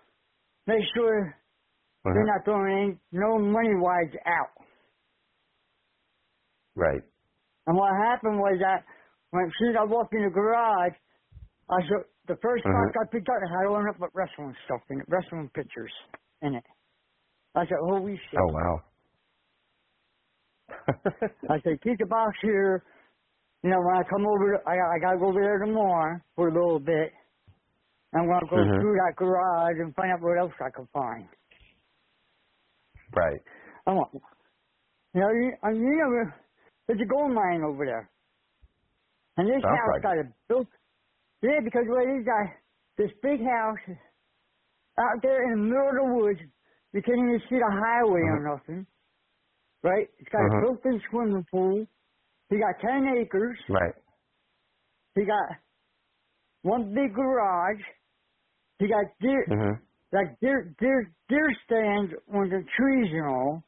make sure
Mhm.
they're not throwing any, no money wise out.
Right.
And what happened was that when as soon as I walked in the garage, I saw the 1st
Mhm.
box I picked up had all up with wrestling stuff in it, wrestling pictures in it. I said, holy shit.
Oh wow.
I said, keep the box here. You know, when I come over, I, I gotta go over there tomorrow for a little bit. I'm gonna go
Mhm.
through that garage and find out what else I can find.
Right.
I want, you know, Oh, you, I mean, you know, uh, there's a gold mine over there. And this
Sounds
house
like
got a built. Yeah, because what it is, I, this big house out there in the middle of the woods, you can't even see the highway
Mm-hmm.
or nothing, right? It's got
Mhm.
a built-in swimming pool. He got 10 acres.
Right.
He got one big garage. He got deer,
Mhm.
like deer, deer, deer stands on the trees and all.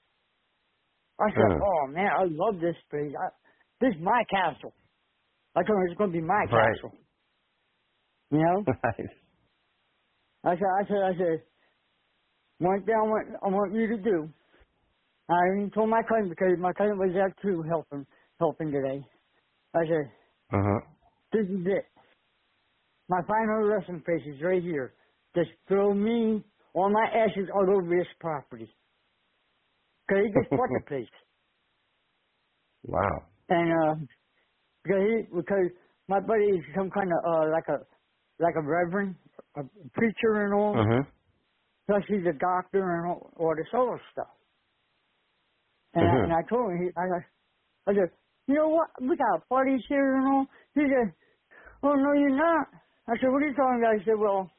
I said,
Mm.
oh man, I love this place. I, this is my castle. I told him it's going to be my
Right.
castle. You know?
Nice.
I said, I said, I said, one thing I want, I want you to do. I even told my cousin because my cousin was there too, helping, helping today. I said,
Mhm.
this is it. My final resting place is right here. Just throw me all my ashes all over this property. Cause he just bought the place,
Wow.
and uh, because he, because my buddy is some kind of uh like a like a reverend, a preacher and all.
Mhm.
Plus he's a doctor and all, all this other stuff. And, I,
Mhm.
and I told him, he, I, said- I said, you know what? We got parties here and all. He said, oh, no, you're not. I said, what are you talking about? He said, well,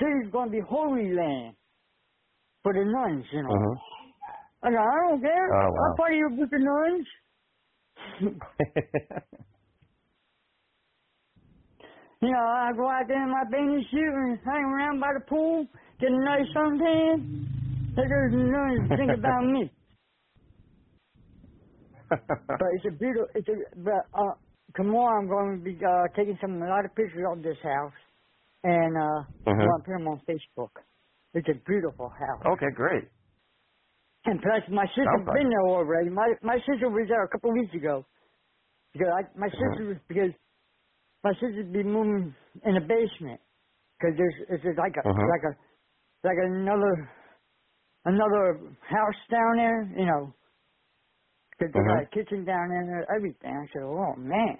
this is going to be holy land for the nuns, you know.
Uh-huh.
Mhm.
I said, I don't care.
Oh, wow.
I'll party with the nuns. you know, I go out there in my bathing suit and hang around by the pool, get a nice suntan. They just nuns think about me. But it's a beautiful. It's a. But uh, tomorrow I'm going to be uh, taking some a lot of pictures of this house, and uh, I'm
Mhm.
going to put them on Facebook. It's a beautiful house.
okay, great.
And plus, my sister's
Sounds like
been
it.
there already. My my sister was there a couple of weeks ago. Because I, my sister was because my sister's been moving in the basement because there's it's just like a
Mhm.
like a like another another house down there, you know. Because they got
Uh-huh.
Mhm.
a kitchen down there, and everything. I said, oh man,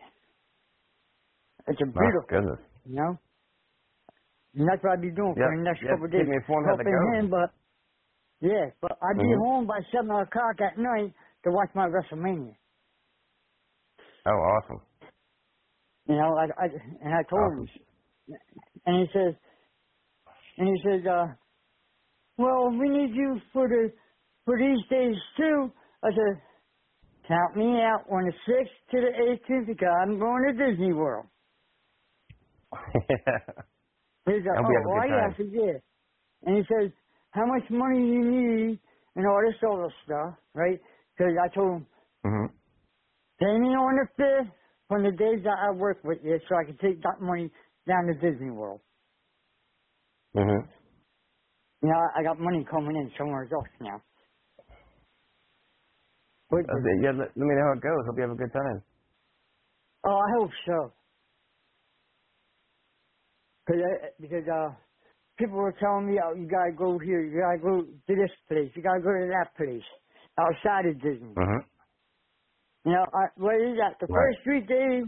it's a
Oh,
beautiful,
goodness.
you know. And that's what I'll be doing for
Yep,
the next
yep,
couple of
keep
days.
me informed how that
helping
goes.
him, but yeah, but I'll be
Mhm.
home by seven o'clock at night to watch my WrestleMania.
Oh, awesome.
You know, I, I and I told him, and he says, and he says, uh, well, we need you for the for these days too. I said, count me out on the sixth to the eighteenth because I'm going to Disney World. He said,
That'll
oh,
be a good
oh, yeah,
time.
I said, yeah. And he says, how much money you need and all this other stuff, right? Because I told him,
hmm
pay me on the fifth from the days that I work with you so I can take that money down to Disney World.
hmm
You know, I got money coming in somewhere else now. Wait,
That's it. Yeah, let, let me know how it goes. Hope you have a good time.
Oh, I hope so. Cause, I, because uh, people were telling me, oh, you gotta go here, you gotta go to this place, you gotta go to that place, outside of Disney.
hmm
You know, I, what is that? The
Right.
first three days,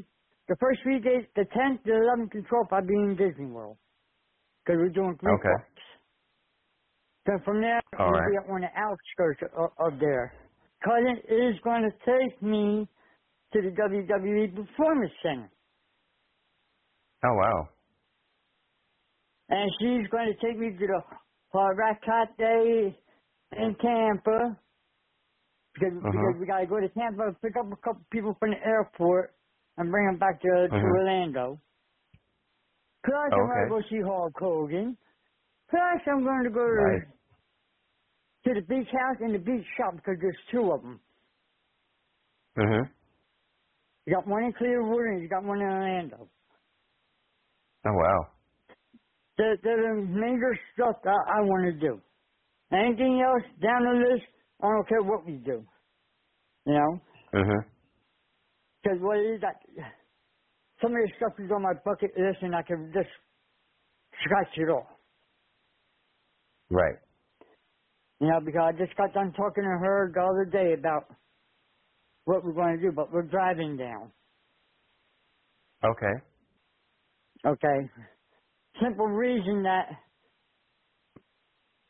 the first three days, the 10th, the 11th, and 12th, I'll be in Disney World. Because we're doing three
Okay.
parks. So from there,
All
we'll
right.
be on the outskirts of, of there. Because it is going to take me to the WWE Performance Center.
Oh, wow.
And she's going to take me to the uh, Rakat Day in Tampa. Because,
Mhm.
because we got to go to Tampa and pick up a couple people from the airport and bring them back to, to
Mhm.
Orlando. Plus, I'm
Okay.
going to go see Hulk Hogan. Plus, I'm going to go to,
Nice.
to the beach house and the beach shop because there's two of them.
hmm
You got one in Clearwater and you got one in Orlando.
Oh, wow.
They're, they're the major stuff that I want to do. Anything else down the list, I don't care what we do. You know?
hmm
Because what it is that some of the stuff is on my bucket list and I can just scratch it off.
Right.
You know, because I just got done talking to her the other day about what we're going to do, but we're driving down.
Okay.
Okay. Simple reason that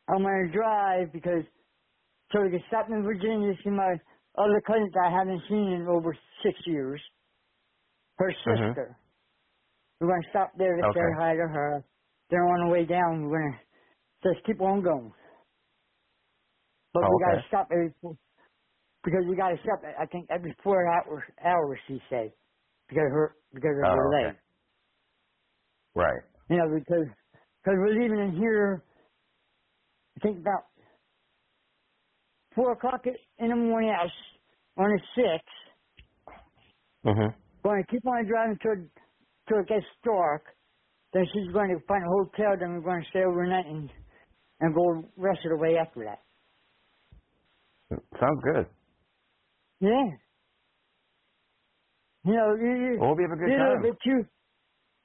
I'm going to drive because so we can stop in Virginia to see my other cousin that I haven't seen in over six years, her
Mhm.
sister. We're going to stop there to
Okay.
say hi to her. Then on the way down, we're going to just keep on going. But
Oh,
we got
okay.
to stop every four, because we got to stop, I think, every four hours, hours she said, because of her, because of her
Oh,
leg.
okay. Right.
You know, because cause we're leaving in here, I think about 4 o'clock in the morning I s- on the 6th.
hmm
Going to keep on driving till, till it gets dark. Then she's going to find a hotel, then we're going to stay overnight and, and go rest of the way after that.
Sounds good.
Yeah. You know, you, you,
Well, hope you have a good
you know,
time.
but you,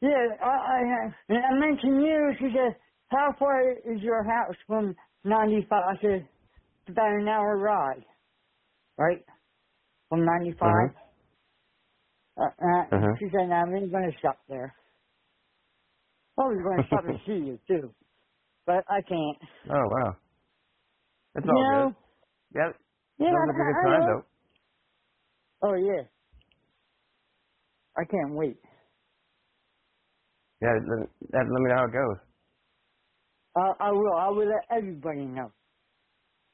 yeah, I, I, have- and I mentioned you, she said, how far is your house from 95? I said, it's about an hour ride, right, from 95.
Mhm.
Uh, uh,
Mhm.
She said, no, I'm going to stop there. I was going to stop and see you, too, but I can't.
Oh, wow. It's
you
all
know?
good. Yeah.
Yeah,
sounds like a good
I- I
time,
know.
though.
Oh, yeah. I can't wait.
Yeah, let, let, let me know how it goes.
Uh, I will. I will let everybody know.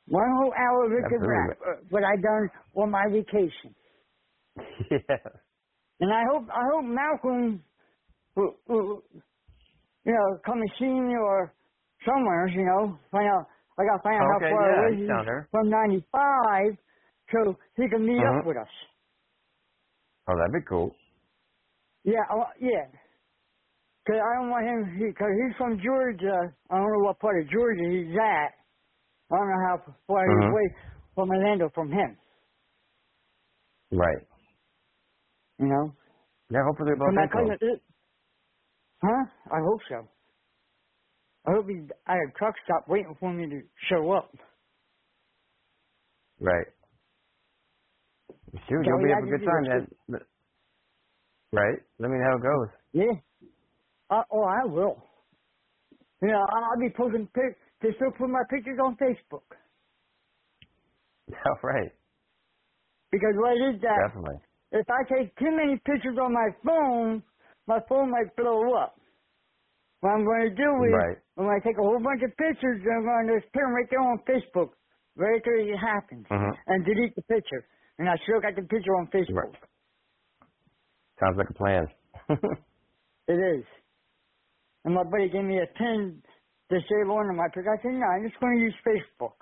One whole hour of it could wrap uh, what I done on my vacation,
yeah.
and I hope I hope Malcolm, will, will, you know, come and see me or somewhere. You know, find out. I got to find out
Okay,
how far
yeah,
away
you
he is
found her.
from ninety five, so he can meet
Mhm.
up with us.
Oh, that'd be cool.
Yeah, I, wa- yeah. Cause I don't want him because he's from Georgia. I don't know what part of Georgia he's at. I don't know how far he's
Mhm.
away from Orlando from him.
Right.
You know.
Yeah, hopefully they're
From
both
that
cool.
cousin- it- Huh? I hope so. I hope he, I had truck stop waiting for me to show up.
Right.
Yeah,
Shoot, you'll
we
be
had
having
to
a good
do
time.
this
Then. Let- Right. Let me know how it goes.
Yeah. I, oh, I will. You know, I- I'll be posting pic. They still put my pictures on Facebook.
All right.
Because what it is that
Definitely.
if I take too many pictures on my phone, my phone might blow up. What I'm going to do is
Right.
I'm going to take a whole bunch of pictures and I'm going to just put them right there on Facebook. Right there it happens.
Mhm.
And delete the picture. And I still got the picture on Facebook.
Sounds like a plan.
It is. And my buddy gave me a pin to save on them. I took- I said, no, I'm just going to use Facebook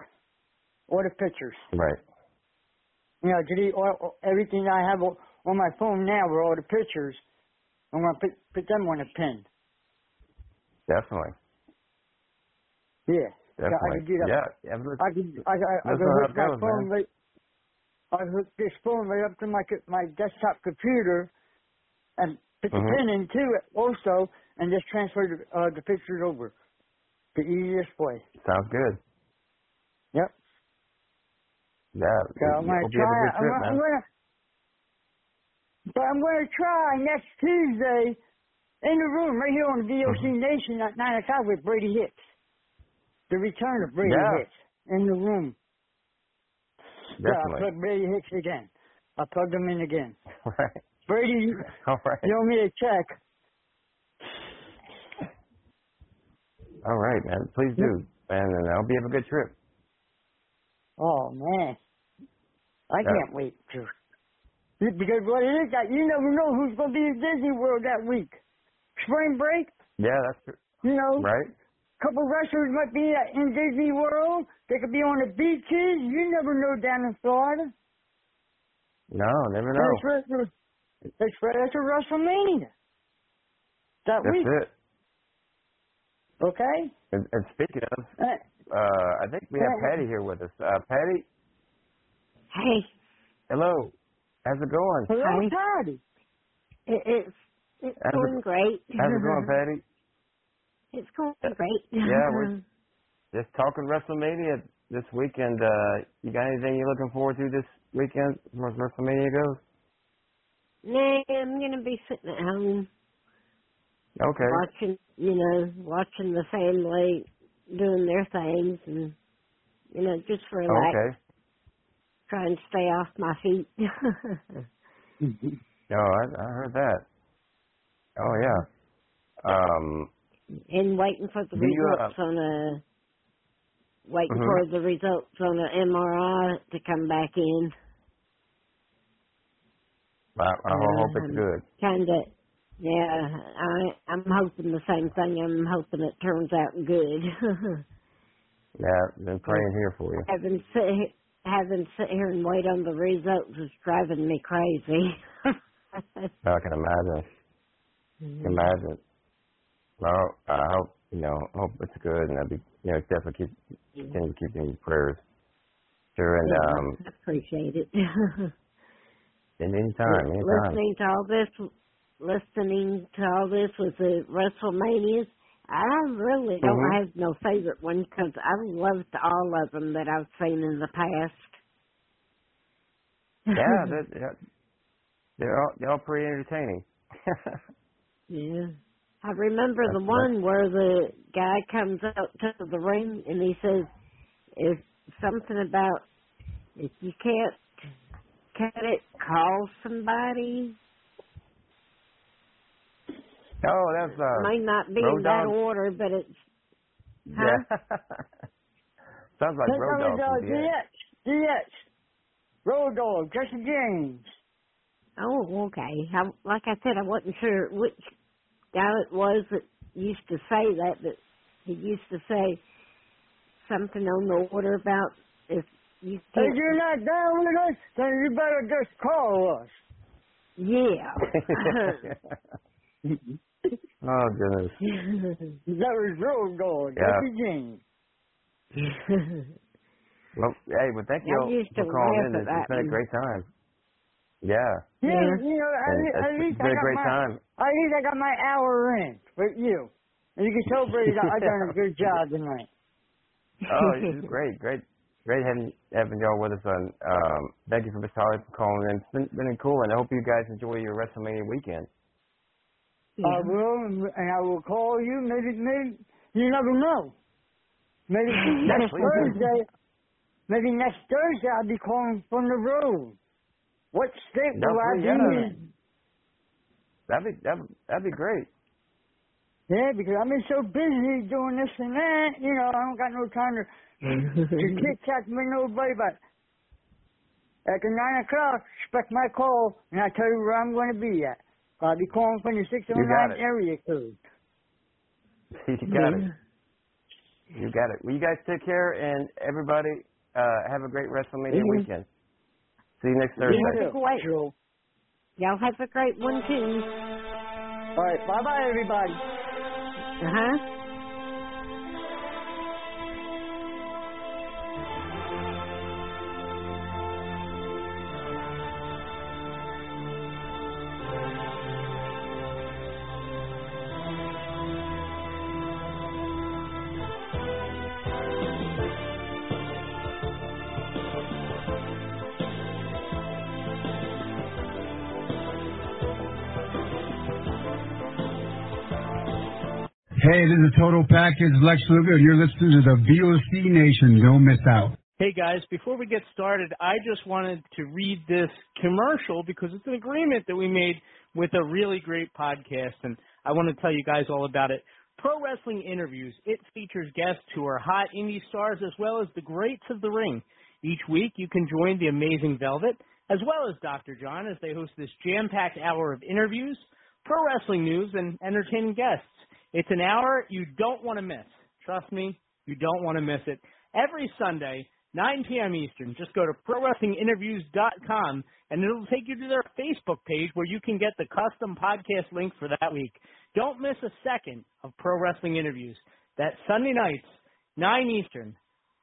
or the pictures.
Right.
You know, delete all, all- everything I have o- on my phone now with all the pictures. I'm going to put, put them on a pin.
Definitely.
Yeah. Yeah,
Definitely.
I could do that.
Yeah. Ever,
I could, I, I, I
That's
could
how
hook
it
my
goes,
phone
man.
right, I hook this phone right up to my co- my desktop computer, and put the
Mhm.
pin into it also, and just transfer the, uh, the pictures over. The easiest way.
sounds good.
Yep.
Yeah.
So I'm
hope
gonna
you
try.
have a
it.
good trip,
I'm,
man.
I'm gonna, but I'm gonna try next Tuesday in the room right here on VOC
Mm-hmm.
Nation at nine o'clock with Brady Hicks. The return of Brady
Yeah.
Hicks in the room. Yeah, I
Definitely.
plugged Brady Hicks again. I plugged him in again.
right.
Brady, you
All right.
owe me a check.
All right, man. Please do. And, and I hope you have a good trip.
Oh man, I
Yeah.
can't wait to. Because what it is that you never know who's going to be at Disney World that week. Spring break,
Yeah, that's tr-
you know,
right.
couple wrestlers might be at- in Disney World. They could be on the beaches. You never know down in Florida.
No, never
And It's,
know.
wrestler- it's, wre- it's a WrestleMania that
That's
week.
it.
Okay.
And, and speaking of,
Uh,
uh, I think we have
Yeah.
Patty here with us. Uh, Patty,
Hey,
hello. How's it going?
hello, Patty.
it, it's it's
How's it-
going great.
How's it going, Patty?
It's going great.
Yeah, we're- Just talking WrestleMania this weekend. Uh, you got anything you're looking forward to this weekend as far as WrestleMania goes?
Nah, I'm gonna be sitting at home
Okay.
watching, you know, watching the family doing their things, and you know, just relax,
Oh, Okay.
try and stay off my feet.
No, I, I heard that. Oh yeah. Um,
and waiting for the
Do you, uh,
results on a waiting
Mhm.
for the results on an MRI to come back in.
I, Oh, I hope it's
Um,
good.
Kind of, yeah. I I'm hoping the same thing. I'm hoping it turns out good.
Yeah, been praying here for you.
having sit he- having sit here and wait on the results is driving me crazy.
I can imagine. Can imagine. Well, I hope you know. I Hope it's good, and I'll be you know definitely keep continue keeping your prayers. Sure, and
Mm-hmm. Yeah,
um,
I appreciate it.
and anytime, anytime.
listening to all this, listening to all this with the WrestleManias, I really don't
Mhm.
have no favorite one because I loved all of them that I've seen in the past.
Yeah, they're, they're- they're all they're all pretty entertaining.
Yeah. I remember
That's
the
right.
one where the guy comes out to the ring and he says, "If something about if you can't cut it, call somebody."
oh, that's uh,
May not be
Road
in that
Dogg?
order, but it's
yeah. Sounds like
Here
road
comes
dogs.
uh, DX, DX, Road Dog, Jesse James.
oh okay. I, like I said, I wasn't sure which guy it was that used to say that, but he used to say something on the order about if you
If
can't.
you're not down with us, then you better just call us.
Yeah.
oh goodness.
That was Road Dog,
Yeah.
Jesse James.
Well, hey, well,
I
thank you all
used
for
to laugh at
calling in. It's, it's
that
been a
one.
great time. Yeah,
Yeah,
Yeah.
you know, at,
and
le- at
it's
least
been
I
a
got
great
my,
time.
at least I got my hour in with you. And you can tell Brady that I done a good job tonight.
Oh, this is great, great, great having having y'all with us. On um, thank you for Miss Holly for calling in. It's been been cool, and I hope you guys enjoy your WrestleMania weekend.
I will, and I will call you. Maybe, maybe you never know. Maybe next
please.
Thursday. Maybe next Thursday I'll be calling from the road. What state will I be
Definitely, yeah.
in?
That'd be that'd, that'd be great.
Yeah, because I've been so busy doing this and that, you know, I don't got no time to to
Mm-hmm.
kick catch me nobody but at the nine o'clock expect my call and I tell you where I'm gonna be at. I'll be calling from the six oh nine
it.
area code.
you got it. You got it. Well, you guys take care, and everybody uh, have a great WrestleMania
Mhm.
weekend. See you next Thursday.
You have a great- Y'all have a great one too.
All right, bye bye everybody.
Uh huh.
Hey, this is Total Package Lex Luger, and you're listening to the VOC Nation. Don't miss out.
Hey guys, before we get started, I just wanted to read this commercial because it's an agreement that we made with a really great podcast, and I want to tell you guys all about it. Pro Wrestling Interviews. It features guests who are hot indie stars as well as the greats of the ring. Each week, you can join the amazing Velvet as well as Dr. John as they host this jam-packed hour of interviews, pro wrestling news, and entertaining guests. It's an hour you don't want to miss. Trust me, you don't want to miss it. Every Sunday, 9 p.m. Eastern, just go to prowrestlinginterviews.com and it'll take you to their Facebook page where you can get the custom podcast link for that week. Don't miss a second of Pro Wrestling Interviews. That's Sunday nights, 9 Eastern,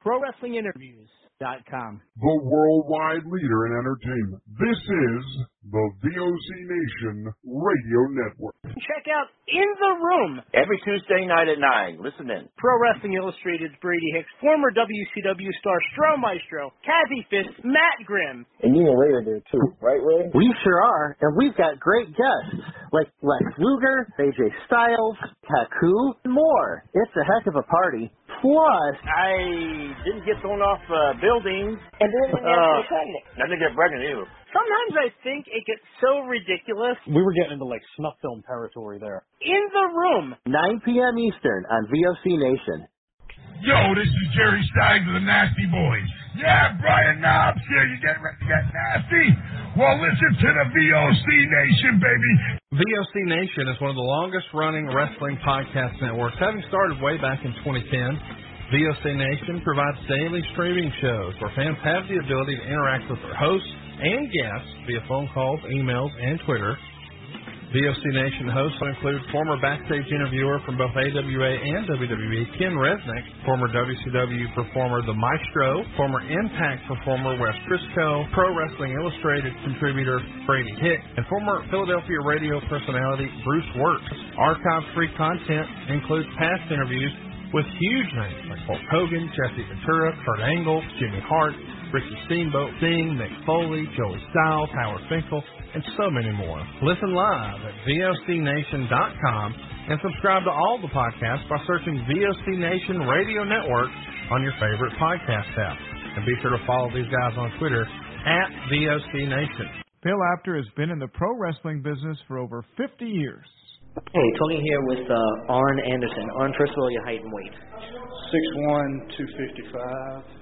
prowrestlinginterviews.com.
The worldwide leader in entertainment. This is the VOC Nation Radio Network.
Check out In the Room
Every Tuesday night at 9, listen in.
Pro Wrestling Illustrated's Brady Hicks, former WCW star Stro Maestro, Kathy Fist, Matt Grimm,
And you and Ray are there too, right, Ray? We sure are, and we've got great guests like Lex Luger, AJ Styles, Taku, and more. It's a heck of a party. Plus,
I didn't get thrown off uh, buildings.
And then
uh, I didn't get pregnant either.
Sometimes I think it gets so ridiculous.
we were getting into like snuff film territory there.
In the room.
9 p.m. Eastern on VOC Nation.
Yo, this is Jerry Stein of the Nasty Boys. Yeah, Brian Knobs here. You getting ready to get nasty? Well, listen to the VOC Nation, baby.
VOC Nation is one of the longest running wrestling podcast networks, having started way back in 2010. VOC Nation provides daily streaming shows where fans have the ability to interact with their hosts and guests via phone calls, emails, and Twitter. VOC Nation hosts include former backstage interviewer from both AWA and WWE, Ken Resnick, former WCW performer The Maestro, former Impact performer Wes Briscoe, Pro Wrestling Illustrated contributor Brady Hicks, and former Philadelphia radio personality Bruce Wirtz. Archive-free content includes past interviews with huge names like Hulk Hogan, Jesse Ventura, Kurt Angle, Jimmy Hart, Ricky Steamboat, Sting, Mick Foley, Joey Styles, Howard Finkel, and so many more. Listen live at VOCNation.com and subscribe to all the podcasts by searching VOC Nation Radio Network on your favorite podcast app. And be sure to follow these guys on Twitter at VOC Nation.
Bill Apter has been in the pro wrestling business for over 50 years.
Hey, Tony here with uh, Arn Anderson. Arn, first of all, your height and weight.
6'1", 255.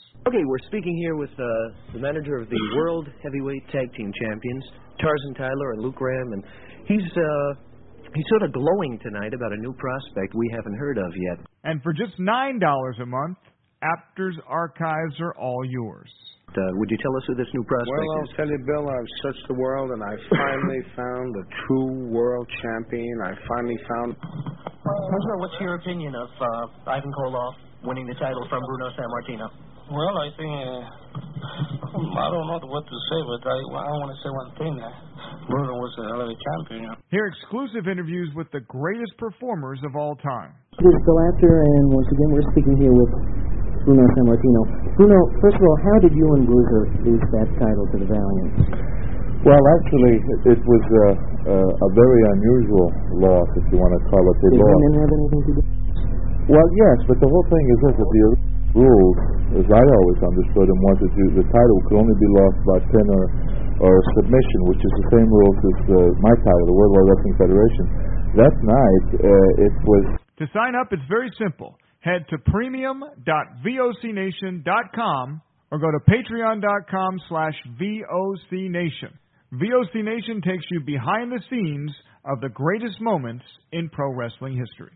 Okay, we're speaking here with uh, the manager of the World Heavyweight Tag Team Champions, Tarzan Tyler and Luke Graham, and he's uh, he's sort of glowing tonight about a new prospect we haven't heard of yet.
And for just $9 a month, Apter's archives are all yours.
Uh, would you tell us who this new prospect
Well,
is?
I'll
I'll tell you, Bill, I've searched the world and I finally found the true world champion. I finally found.
President, what's your opinion of uh, Ivan Koloff winning the title from Bruno Sammartino?
Well, I think uh, I don't know what to say, but I, I want to say one thing. Uh, Bruno was a hell of a champion. You know.
Hear exclusive interviews with the greatest performers of all time.
This is Bill Apter, and once again, we're speaking here with Bruno San Martino. Bruno, first of all, how did you and Bruiser lose that title to the Valiant?
Well, actually, it was a, a, a very unusual loss, if you want to call it a
did
loss.
women have anything to do
Well, yes, but the whole thing is this: that the rules, as I always understood them, was that you, the title could only be lost by pin or, or submission, which is the same rules as uh, my title, the World Wrestling Federation. That night, uh, it was
To sign up, it's very simple. Head to premium.vocnation.com or go to patreon.com slash vocnation. VOC Nation takes you behind the scenes of the greatest moments in pro wrestling history.